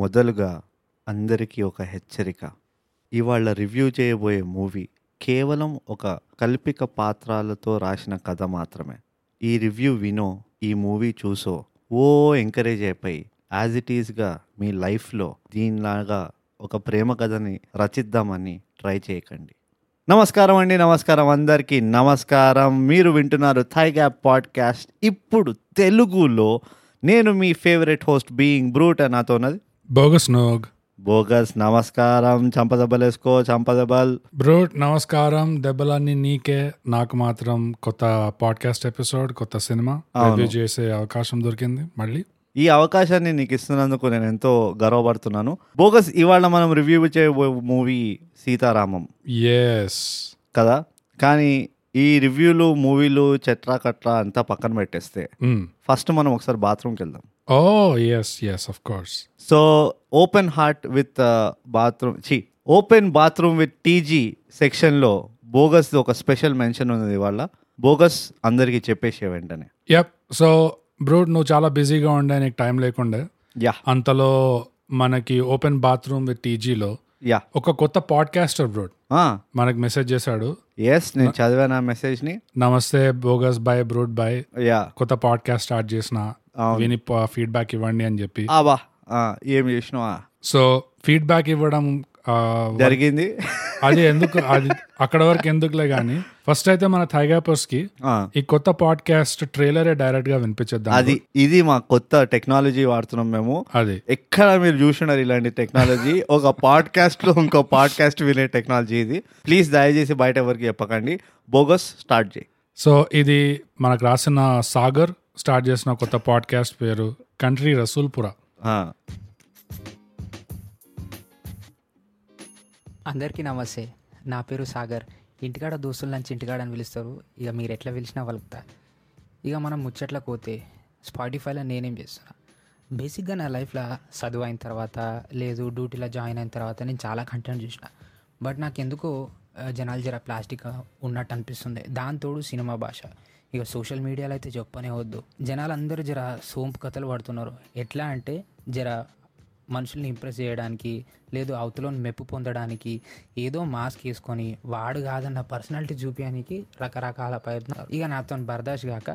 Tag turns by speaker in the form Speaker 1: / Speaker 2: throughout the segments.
Speaker 1: మొదలుగా అందరికీ ఒక హెచ్చరిక ఇవాళ రివ్యూ చేయబోయే మూవీ కేవలం ఒక కల్పిక పాత్రాలతో రాసిన కథ మాత్రమే ఈ రివ్యూ వినో ఈ మూవీ చూసో ఓ ఎంకరేజ్ అయిపోయి యాజ్ ఇట్ ఈస్గా మీ లైఫ్లో దీనిలాగా ఒక ప్రేమ కథని రచిద్దామని ట్రై చేయకండి నమస్కారం అండి నమస్కారం అందరికీ నమస్కారం మీరు వింటున్నారు థై గ్యాప్ పాడ్కాస్ట్ ఇప్పుడు తెలుగులో నేను మీ ఫేవరెట్ హోస్ట్ బీయింగ్ బ్రూట్ అని నాతో ఉన్నది
Speaker 2: బోగస్ నోగ్
Speaker 1: బోగస్ నమస్కారం చంపదబ్బలేసుకో చంపదబల్
Speaker 2: బ్రోట్ నమస్కారం దెబ్బలన్నీ నీకే నాకు మాత్రం కొత్త పాడ్కాస్ట్ ఎపిసోడ్ కొత్త సినిమా
Speaker 1: అవును.
Speaker 2: రివ్యూ చేసే అవకాశం దొరికింది మళ్ళీ
Speaker 1: ఈ అవకాశాన్ని నీకు ఇస్తున్నందుకు నేను ఎంతో గర్వపడుతున్నాను బోగస్ ఇవాళ మనం రివ్యూ చేయబో మూవీ సీతారామం
Speaker 2: ఎస్
Speaker 1: కదా కానీ ఈ రివ్యూలు మూవీలు చెట్రా కట్రా అంతా పక్కన పెట్టేస్తే
Speaker 2: Mm.
Speaker 1: ఫస్ట్ మనం ఒకసారి బాత్రూమ్కి వెళ్దాం
Speaker 2: oh yes yes of course
Speaker 1: so open heart with bathroom ఛీ ఓపెన్ బాత్రూమ్ విత్ టీజీ సెక్షన్లో బోగస్ ఒక స్పెషల్ మెన్షన్ ఉన్నది వాళ్ళ బోగస్ అందరికీ చెప్పేసే వెంటనే
Speaker 2: యప్ సో బ్రోట్ నువ్వు చాలా బిజీగా ఉండే నీకు టైం లేకుండే
Speaker 1: యా
Speaker 2: అంతలో మనకి ఓపెన్ బాత్రూమ్ విత్ టీజీలో
Speaker 1: యా
Speaker 2: ఒక కొత్త పాడ్కాస్టర్ బ్రోట్ మనకు మెసేజ్ చేశాడు
Speaker 1: ఎస్ నేను చదివాను ఆ మెసేజ్ని
Speaker 2: నమస్తే bogus boy brought boy
Speaker 1: yeah
Speaker 2: కొత్త పాడ్కాస్ట్ స్టార్ట్ చేసిన విని ఫీడ్బ్యాక్ ఇవ్వండి అని చెప్పి
Speaker 1: ఆబా ఆ, ఏం చేసినావా
Speaker 2: సో ఫీడ్బ్యాక్ ఇవ్వడం ఆ,
Speaker 1: జరిగింది
Speaker 2: అది ఎందుకు అది అక్కడ వరకు ఎందుకులే గానీ ఫస్ట్ అయితే మన థైగాపర్స్ కి
Speaker 1: ఆ,
Speaker 2: ఈ కొత్త పాడ్కాస్ట్ ట్రైలర్ డైరెక్ట్ గా వినిపించేద్దాం
Speaker 1: అది ఇది మా కొత్త టెక్నాలజీ వాడుతున్నాం మేము
Speaker 2: అది
Speaker 1: ఎక్కడ మీరు చూసినారు ఇలాంటి టెక్నాలజీ ఒక పాడ్కాస్ట్ లో ఇంకో పాడ్కాస్ట్ వినే టెక్నాలజీ ఇది ప్లీజ్ దయచేసి బయట ఎవరికి చెప్పకండి బోగస్ స్టార్ట్ చేయి
Speaker 2: సో ఇది మనకు రాసిన సాగర్ స్టార్ట్ చేసిన కొత్త పాడ్కాస్ట్ పేరు కంట్రీ రసూల్పురా
Speaker 1: ఆ,
Speaker 3: అందరికీ నమస్తే నా పేరు సాగర్ ఇంటికాడ దోస్తులు నన్ను చింటికాడ అని పిలుస్తారు ఇక మీరు ఎట్లా పిలిచినా వలుకుతా ఇక మనం ముచ్చట్లకు పోతే స్పాటిఫైలో నేనేం చేస్తున్నా బేసిక్గా నా లైఫ్లో చదువు అయిన తర్వాత లేదు డ్యూటీలో జాయిన్ అయిన తర్వాత నేను చాలా కంటెంట్ చూసిన బట్ నాకెందుకో ఆ, జనాలు జర ప్లాస్టిక్ ఉన్నట్టు అనిపిస్తుంది దాంతోడు సినిమా భాష ఇక సోషల్ మీడియాలో అయితే చెప్పనే వద్దు జనాలు అందరూ జర సోంపు కథలు పడుతున్నారు ఎట్లా అంటే జర మనుషుల్ని ఇంప్రెస్ చేయడానికి లేదు అవతలను మెప్పు పొందడానికి ఏదో మాస్క్ వేసుకొని వాడు కాదన్న పర్సనాలిటీ చూపించడానికి రకరకాల ప్రయత్నాలు ఇక నాతో బర్దాష్ కాక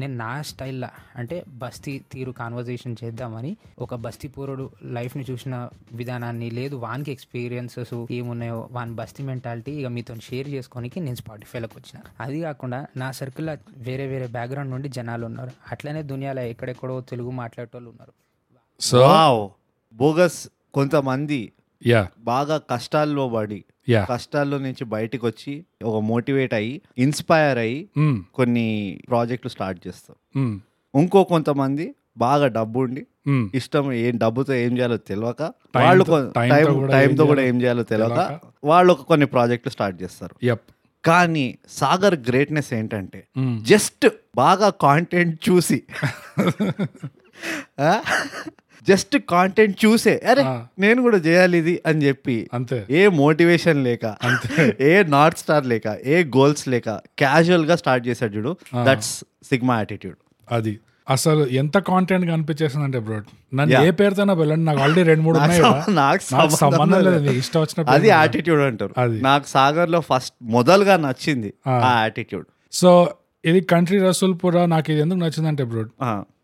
Speaker 3: నేను నా స్టైల్లో అంటే బస్తీ తీరు కాన్వర్జేషన్ చేద్దామని ఒక బస్తీ పూరుడు లైఫ్ని చూసిన విధానాన్ని లేదు వానికి ఎక్స్పీరియన్సెస్ ఏమున్నాయో వాని బస్తీ మెంటాలిటీ ఇక మీతో షేర్ చేసుకోనికి నేను స్పాటిఫైలోకి వచ్చిన అది కాకుండా నా సర్కిల్లో వేరే వేరే బ్యాక్గ్రౌండ్ నుండి జనాలు ఉన్నారు అట్లనే దునియాలో ఎక్కడెక్కడో తెలుగు మాట్లాడేటోళ్ళు ఉన్నారు
Speaker 2: సో
Speaker 1: వావ్ బోగస్ కొంతమంది
Speaker 2: యా
Speaker 1: బాగా కష్టాల్లో పడి
Speaker 2: యా
Speaker 1: కష్టాల్లో నుంచి బయటకు వచ్చి ఒక మోటివేట్ అయ్యి ఇన్స్పైర్ అయ్యి
Speaker 2: మ్,
Speaker 1: కొన్ని ప్రాజెక్టులు స్టార్ట్ చేస్తారు
Speaker 2: మ్,
Speaker 1: ఇంకో కొంతమంది బాగా డబ్బు ఉండి
Speaker 2: మ్.
Speaker 1: ఇష్టం ఏం డబ్బుతో ఏం చేయాలో తెలియక
Speaker 2: Time
Speaker 1: వాళ్ళు
Speaker 2: తో-
Speaker 1: కొ-
Speaker 2: time
Speaker 1: time-
Speaker 2: తో కూడా
Speaker 1: time
Speaker 2: ఏం
Speaker 1: తో కూడా
Speaker 2: చేయాలో
Speaker 1: ఏం చేయాలో తెలియక
Speaker 2: తెలియక.
Speaker 1: వాళ్ళు ఒక కొన్ని ప్రాజెక్టులు స్టార్ట్ చేస్తారు
Speaker 2: యప్
Speaker 1: కానీ సాగర్ గ్రేట్నెస్ ఏంటంటే
Speaker 2: మ్.
Speaker 1: జస్ట్ బాగా కాంటెంట్ చూసి జస్ట్ కాంటెంట్ చూసే అరే
Speaker 2: ఆ.
Speaker 1: నేను కూడా చేయాలి ఇది అని చెప్పి
Speaker 2: అంతే
Speaker 1: ఏ మోటివేషన్ లేక ఏ నార్త్ స్టార్ లేక ఏ గోల్స్ లేక క్యాజువల్ గా స్టార్ట్ చేశాడు చూడు దట్స్ సిగ్మా యాటిట్యూడ్
Speaker 2: అది అసలు ఎంత కాంటెంట్ కనిపించేసింది అంటే బ్రో నన్ను ఏ పేరుతోనా వెళ్ళండి నాకు ఆల్రెడీ రెండు మూడు ఉన్నాయి కదా.
Speaker 1: నాకు
Speaker 2: నాకు
Speaker 1: సంబంధం
Speaker 2: సంబంధం లేదు
Speaker 1: లేదు.
Speaker 2: నీకు ఇష్టం వచ్చిన
Speaker 1: అది
Speaker 2: పేరు.
Speaker 1: యాటిట్యూడ్ అంటారు
Speaker 2: అది.
Speaker 1: నాకు సాగర్ లో ఫస్ట్ మొదలుగా నచ్చింది ఆ యాటిట్యూడ్
Speaker 2: సో ఇది కంట్రీ రసూల్పురా నాకు ఇది ఎందుకు నచ్చిందంటే బ్రో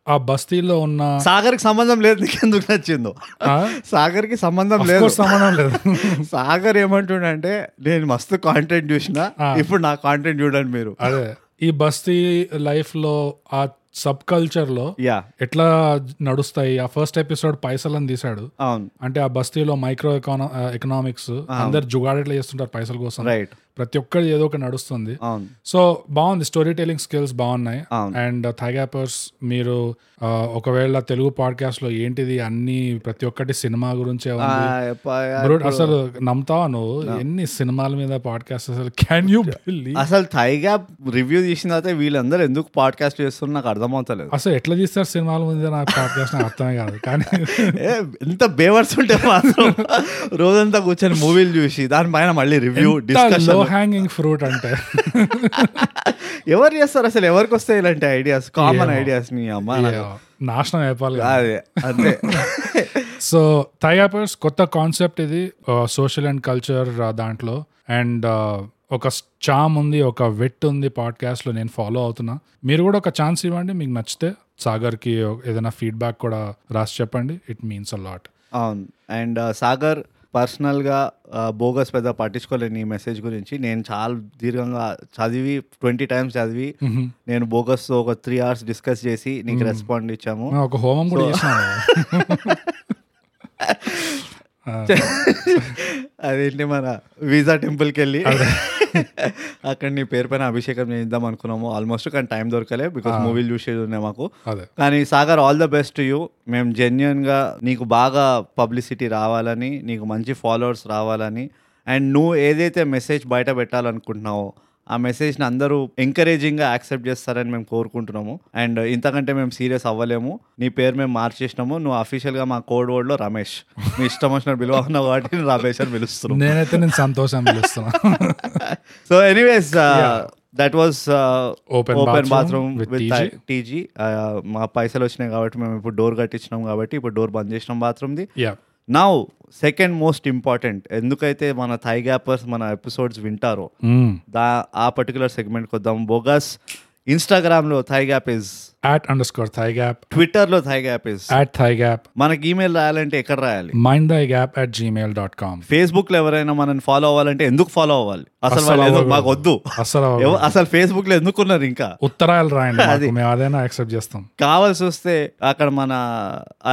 Speaker 2: ఆ బస్తీలో ఉన్న
Speaker 1: సాగర్ కి సంబంధం లేదు నీకెందుకు నచ్చిందో
Speaker 2: ఆ?
Speaker 1: సాగర్ కి సంబంధం
Speaker 2: Of
Speaker 1: లేదు
Speaker 2: course సంబంధం లేదు
Speaker 1: సాగర్ ఏమంటుండంటే నేను మస్తు కాంటెంట్ చూసిన ఇప్పుడు నా కాంటెంట్ చూడండి మీరు
Speaker 2: అదే ఈ బస్తీ లైఫ్ లో ఆ సబ్ కల్చర్ లో
Speaker 1: యా
Speaker 2: ఎట్లా నడుస్తాయి ఆ ఫస్ట్ ఎపిసోడ్ పైసలని తీశాడు
Speaker 1: అవును
Speaker 2: అంటే ఆ బస్తీలో మైక్రో ఎకాన- ఎకనామిక్స్ అందరు జుగాడెట్లా చేస్తుంటారు పైసల కోసం
Speaker 1: రైట్
Speaker 2: ప్రతి ఒక్కరు ఏదో ఒకటి నడుస్తుంది
Speaker 1: అవును
Speaker 2: సో బాగుంది స్టోరీ టెలింగ్ స్కిల్స్ బాగున్నాయి
Speaker 1: అవును.
Speaker 2: అండ్ థైగాపర్స్ మీరు ఆ, ఒకవేళ తెలుగు పాడ్కాస్ట్ లో ఏంటిది అన్ని ప్రతి ఒక్కటి సినిమా గురించే
Speaker 1: ఆ,
Speaker 2: ఉంది
Speaker 1: ప-
Speaker 2: బ్రో అసలు నమ్ముతావా నువ్వు ఎన్ని సినిమాల మీద పాడ్కాస్ట్ అసలు క్యాన్ యూ బిలీవ్
Speaker 1: అసలు థైగా రివ్యూ చేసిన తర్వాత వీళ్ళందరూ ఎందుకు పాడ్కాస్ట్ చేస్తున్నారు నాకు అర్థమవుతలేదు
Speaker 2: అసలు ఎట్లా తీస్తారు సినిమాల మీద నాకు పాడ్కాస్ట్ నాకు అర్థమే కాదు కానీ
Speaker 1: ఏ, ఎంత బేవర్స్ ఉంటే మాత్రం రోజంతా కూర్చొని మూవీలు చూసి దానిపైన మళ్ళీ రివ్యూ
Speaker 2: లో
Speaker 1: డిస్కషన్
Speaker 2: హ్యాంగింగ్ ఫ్రూట్ అంటే
Speaker 1: ఎవరు చేస్తారు అసలు ఎవరికి వస్తాయి ఇలాంటి ఐడియాస్ కామన్ ఐడియాస్ నీ అమ్మ నాకు
Speaker 2: Yeah. నాశనం అయిపోవాలి కదా.
Speaker 1: అదే అంతే
Speaker 2: సో థైయాపర్స్ కొత్త కాన్సెప్ట్ ఇది సోషల్ అండ్ కల్చర్ దాంట్లో అండ్ ఒక చామ్ ఉంది ఒక వెట్ ఉంది పాడ్కాస్ట్లో నేను ఫాలో అవుతున్నా మీరు కూడా ఒక ఛాన్స్ ఇవ్వండి మీకు నచ్చితే సాగర్కి ఏదైనా ఫీడ్బ్యాక్ కూడా రాసి చెప్పండి ఇట్ మీన్స్ అ లాట్
Speaker 1: అవును అండ్ ఆ, సాగర్ పర్సనల్గా uh, బోగస్ పెద్ద పట్టించుకోలేని ఈ మెసేజ్ గురించి నేను చాలా దీర్ఘంగా చదివి ట్వంటీ టైమ్స్ చదివి నేను బోగస్తో ఒక త్రీ అవర్స్ డిస్కస్ చేసి నీకు రెస్పాండ్ ఇచ్చాము
Speaker 2: ఒక హోమం కూడా
Speaker 1: So-
Speaker 2: చేసినాను
Speaker 1: అదేంటి మన వీసా టెంపుల్కి వెళ్ళి అక్కడ నీ పేరు పైన అభిషేకం చేద్దాం అనుకున్నాము ఆల్మోస్ట్ కానీ టైం దొరకలే బికాస్ మూవీలు చూసేది ఉన్నాయి మాకు
Speaker 2: అదే
Speaker 1: కానీ Sagar all the best you మేము జెన్యున్గా నీకు బాగా పబ్లిసిటీ రావాలని నీకు మంచి ఫాలోవర్స్ రావాలని అండ్ నువ్వు ఏదైతే మెసేజ్ బయట పెట్టాలనుకుంటున్నావో ఆ మెసేజ్ని అందరూ ఎంకరేజింగ్గా యాక్సెప్ట్ చేస్తారని మేము కోరుకుంటున్నాము అండ్ ఇంతకంటే మేము సీరియస్ అవ్వలేము నీ పేరు మేము మార్చేసినాము నువ్వు అఫీషియల్గా మా కోడ్ వర్డ్లో రమేష్ నీ ఇష్టం వచ్చిన విలువ ఉన్న వాటిని రమేష్ అని పిలుస్తున్నాం
Speaker 2: నేనైతే నేను సంతోషం పిలుస్తున్నా
Speaker 1: so anyways that was
Speaker 2: Open
Speaker 1: open
Speaker 2: bathroom
Speaker 1: bathroom
Speaker 2: with
Speaker 1: with
Speaker 2: TG.
Speaker 1: TG Uh, మా పైసలు వచ్చినాయి కాబట్టి మేము ఇప్పుడు డోర్ కట్టించినాం కాబట్టి ఇప్పుడు డోర్ బంద్ చేసినాం బాత్రూమ్ది
Speaker 2: yeah
Speaker 1: now second most important ఎందుకైతే మన థై గ్యాపర్స్ మన ఎపిసోడ్స్ వింటారో దా ఆ పర్టికులర్ సెగ్మెంట్కి వద్దాం బోగస్ ఇన్స్టాగ్రామ్లో thigh gap is
Speaker 2: at underscore thigh gap
Speaker 1: ట్విట్టర్లో thigh gap is
Speaker 2: at thigh gap
Speaker 1: మనకి ఈమెయిల్ రాయాలంటే ఎక్కడ రాయాలి
Speaker 2: mind thigh gap at Gmail dot com
Speaker 1: Facebook లో ఎవరైనా మనల్ని ఫాలో అవ్వాలంటే ఎందుకు ఫాలో అవ్వాలి అసలు
Speaker 2: అస్సలు
Speaker 1: వాళ్ళు ఏదో
Speaker 2: అవ్వకూడదు.
Speaker 1: మాకు వద్దు
Speaker 2: అస్సలు అవ్వకూడదు.
Speaker 1: ఎవ- అసలు ఫేస్బుక్ లో ఎందుకున్నారు ఇంకా
Speaker 2: ఉత్తరాలు రాయండి
Speaker 1: అది.
Speaker 2: మాకు. మేము అదైనా యాక్సెప్ట్ చేస్తాం
Speaker 1: కావాల్సి వస్తే అక్కడ మన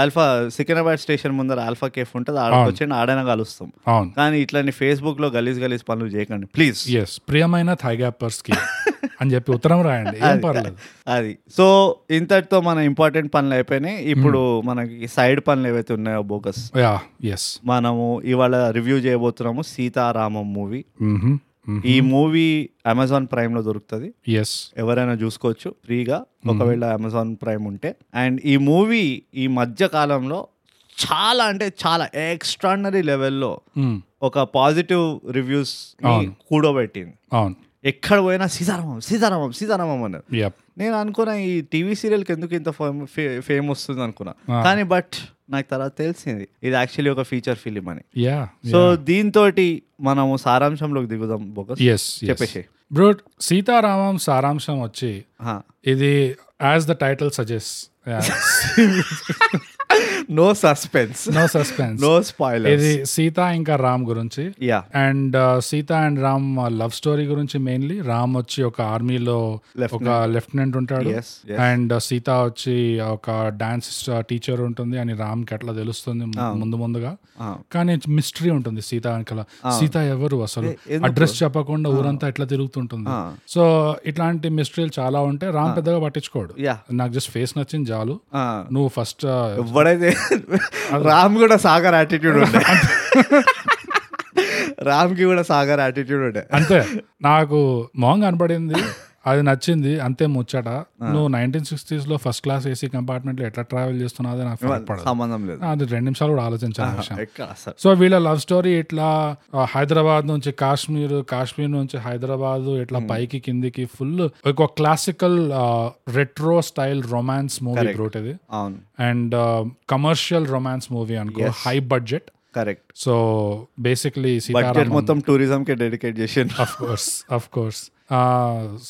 Speaker 1: ఆల్ఫా సికింద్రాబాద్ స్టేషన్ ముందర ఆల్ఫా కేఫ్ ఉంటుంది ఆడకి
Speaker 2: అవును.
Speaker 1: వచ్చి ఆడైనా కలుస్తాం
Speaker 2: అవును
Speaker 1: కానీ ఇట్లాంటి ఫేస్బుక్ లో గలీజ్ గలీజ్ పనులు చేయకండి ప్లీజ్
Speaker 2: ఎస్ ప్రియమైన థైగాపర్స్ కి అని చెప్పి ఉత్తరం రాయండి ఏం పర్లేదు
Speaker 1: అది సో ఇంతటితో మన ఇంపార్టెంట్ పనులు అయిపోయినాయి ఇప్పుడు మనకి సైడ్ పనులు ఏవైతే ఉన్నాయో బోగస్
Speaker 2: యా ఎస్
Speaker 1: మనము ఇవాళ రివ్యూ చేయబోతున్నాము సీతారామం మూవీ ఈ మూవీ అమెజాన్ ప్రైమ్ లో దొరుకుతుంది
Speaker 2: ఎస్
Speaker 1: ఎవరైనా చూసుకోవచ్చు ఫ్రీగా ఒకవేళ అమెజాన్ ప్రైమ్ ఉంటే అండ్ ఈ మూవీ ఈ మధ్య కాలంలో చాలా అంటే చాలా ఎక్స్ట్రాడినరీ లెవెల్లో ఒక పాజిటివ్ రివ్యూస్
Speaker 2: అవును.
Speaker 1: కూడబెట్టింది
Speaker 2: అవును
Speaker 1: ఎక్కడ పోయినా సీతారామం సీతారామం సీతారామం అన్నారు
Speaker 2: యప్
Speaker 1: నేను అనుకున్నా ఈ టీవీ సీరియల్కి ఎందుకు ఇంత ఫేమ్ వస్తుంది అనుకున్నా
Speaker 2: ఆ.
Speaker 1: కానీ బట్ నాకు తర్వాత తెలిసింది ఇది యాక్చువల్లీ ఒక ఫీచర్ ఫిలిం అని
Speaker 2: యా
Speaker 1: సో దీంతో మనము సారాంశంలోకి దిగుదాం బోకస్
Speaker 2: ఎస్
Speaker 1: చెప్పేసి
Speaker 2: బ్రో సీతారామం సారాంశం వచ్చి
Speaker 1: ఆ.
Speaker 2: ఇది as the title suggest
Speaker 1: no suspense
Speaker 2: no suspense
Speaker 1: no spoiler
Speaker 2: ఇది సీత ఇంకా రామ్ గురించి
Speaker 1: yeah
Speaker 2: and Sita and Ram love story గురించి మెయిన్లీ రామ్ వచ్చి ఒక ఆర్మీలో ఒక లెఫ్టినెంట్ ఉంటాడు
Speaker 1: Yes, yes.
Speaker 2: అండ్ సీత వచ్చి uh, ఒక డాన్స్ టీచర్ ఉంటుంది అని రామ్ కి అట్లా తెలుస్తుంది ము- ముందు ముందుగా
Speaker 1: ఆ.
Speaker 2: కానీ మిస్టరీ ఉంటుంది సీత వెనకాల సీత ఎవరు అసలు
Speaker 1: ఎందుకు?
Speaker 2: అడ్రస్ చెప్పకుండా ఊరంతా ఎట్లా తిరుగుతుంటుంది
Speaker 1: ఆ.
Speaker 2: సో ఇట్లాంటి మిస్టరీలు చాలా ఉంటాయి రామ్ పెద్దగా పట్టించుకోడు
Speaker 1: Yeah.
Speaker 2: నాకు జస్ట్ ఫేస్ నచ్చింది చాలు
Speaker 1: ఆ.
Speaker 2: నువ్వు uh, ఫస్ట్
Speaker 1: ఎవడైతే రామ్ కూడా సాగర్ యాటిట్యూడ్ ఉండే రామ్ కి కూడా సాగర్ యాటిట్యూడ్ ఉండే
Speaker 2: అంతే నాకు మొహం కనపడింది అది నచ్చింది అంతే ముచ్చట నువ్వు నైన్టీన్ సిక్స్టీస్ లో ఫస్ట్ క్లాస్ ఏసీ కంపార్ట్మెంట్ లో ఎట్లా ట్రావెల్ చేస్తున్నావు అది నాకు పడదు
Speaker 1: సంబంధం లేదు
Speaker 2: అది రెండు నిమిషాలు కూడా ఆలోచించాను ఆ విషయం
Speaker 1: ఎక్కడ అసలు
Speaker 2: సో వీళ్ళ లవ్ స్టోరీ ఇట్లా ఆ, హైదరాబాద్ నుంచి కాశ్మీర్ కాశ్మీర్ నుంచి హైదరాబాద్ ఇట్లా పైకి కిందికి ఫుల్ ఒక classical retro style romance movie brute ఇది
Speaker 1: అవును
Speaker 2: అండ్ కమర్షియల్ రొమాన్స్ మూవీ అనుకో high budget
Speaker 1: correct
Speaker 2: so basically
Speaker 1: budget
Speaker 2: Sita Raman
Speaker 1: మొత్తం టూరిజం కి డెడికేట్ చేసిండు
Speaker 2: of course of course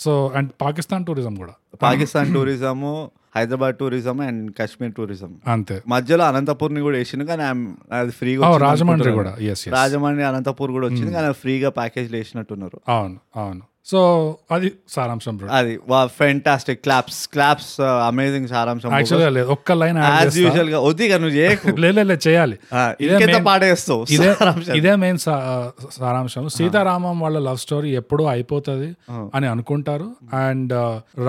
Speaker 2: so and Pakistan tourism కూడా
Speaker 1: Pakistan tourism Hyderabad tourism and Kashmir tourism
Speaker 2: అంతే
Speaker 1: మధ్యలో అనంతపూర్ ని కూడా వేసిండు కానీ ఆమ్- అది ఫ్రీగా
Speaker 2: ఓ
Speaker 1: వచ్చింది
Speaker 2: రాజమండ్రి
Speaker 1: అనుకుంటున్నాను.
Speaker 2: కూడా Hmm. Yes yes
Speaker 1: Rajahmundry Anantapur కూడా వచ్చింది కానీ అది ఫ్రీగా ప్యాకేజ్ వేసినట్టున్నారు
Speaker 2: అవును అవును సో అది సారాంశం బ్రో
Speaker 1: అది wow fantastic claps claps amazing uh, సారాంశం
Speaker 2: యాక్చువల్గా లేదు ఒక్క లైన్
Speaker 1: యాజ్ యూజువల్ గా వద్దు ఇక నువ్వు చేయకు
Speaker 2: లేదు చేయాలి
Speaker 1: ఆ,
Speaker 2: ఇదే
Speaker 1: ఇంకెంత
Speaker 2: main-
Speaker 1: Ah, పాడేస్తావు
Speaker 2: ఇదే
Speaker 1: సారాంశం. Ah.
Speaker 2: ఇదే మెయిన్ సారాంశం సీతారామం వాళ్ళ లవ్ స్టోరీ ఎప్పుడూ అయిపోతుంది
Speaker 1: అవును.
Speaker 2: అని అనుకుంటారు
Speaker 1: Hmm.
Speaker 2: అండ్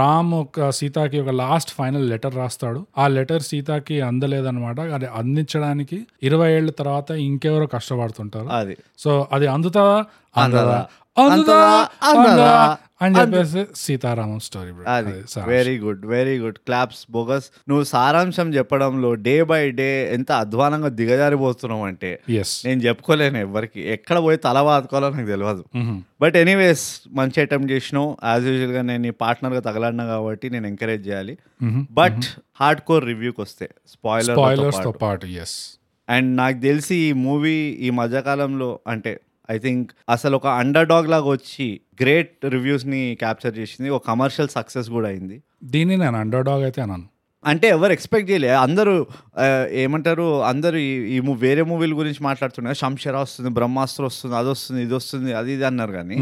Speaker 2: రామ్ ఒక సీతాకి ఒక లాస్ట్ ఫైనల్ లెటర్ రాస్తాడు ఆ లెటర్ సీతాకి అందలేదన్నమాట అది అందించడానికి ఇరవై ఏళ్ళ తర్వాత ఇంకెవరో కష్టపడుతుంటారు
Speaker 1: అది
Speaker 2: సో అది అందుతుందా అందదా అందుదా
Speaker 1: అందుదా,
Speaker 2: అందుదా
Speaker 1: అందుదా.
Speaker 2: అని చెప్పేసి సీతారామం స్టోరీ బ్రో
Speaker 1: అది very good very good claps bogus నువ్వు సారాంశం చెప్పడంలో డే బై డే ఎంత అధ్వానంగా దిగజారిపోతున్నావు అంటే
Speaker 2: ఎస్
Speaker 1: నేను చెప్పుకోలేను ఎవరికి ఎక్కడ పోయి తల వాదుకోవాలో నాకు తెలియదు
Speaker 2: Mm-hmm.
Speaker 1: బట్ ఎనీవేస్ మంచి అటెంప్ట్ చేసినావు యాజ్ యూజువల్గా నేను ఈ పార్ట్నర్గా తగలన్నా కాబట్టి నేను ఎంకరేజ్ చేయాలి బట్ హార్డ్ కోర్ రివ్యూకి వస్తే
Speaker 2: స్పాయిలర్స్ తో
Speaker 1: స్పాయిలర్
Speaker 2: పాటు ఎస్
Speaker 1: అండ్ నాకు తెలిసి ఈ మూవీ ఈ మధ్యకాలంలో అంటే ఐ థింక్ అసలు ఒక అండర్ డాగ్ లాగా వచ్చి గ్రేట్ రివ్యూస్ని క్యాప్చర్ చేసింది ఒక కమర్షియల్ సక్సెస్ కూడా అయింది
Speaker 2: దీన్ని నేను అండర్ డాగ్ అయితే అన్నాను
Speaker 1: అంటే ఎవరు ఎక్స్పెక్ట్ చేయలే అందరూ ఆ, ఏమంటారు అందరూ ఈ ఈ మూ- వేరే మూవీల గురించి మాట్లాడుతున్నారు శంషరా వస్తుంది బ్రహ్మాస్త్ర వస్తుంది అది వస్తుంది ఇది వస్తుంది అది ఇది అన్నారు కానీ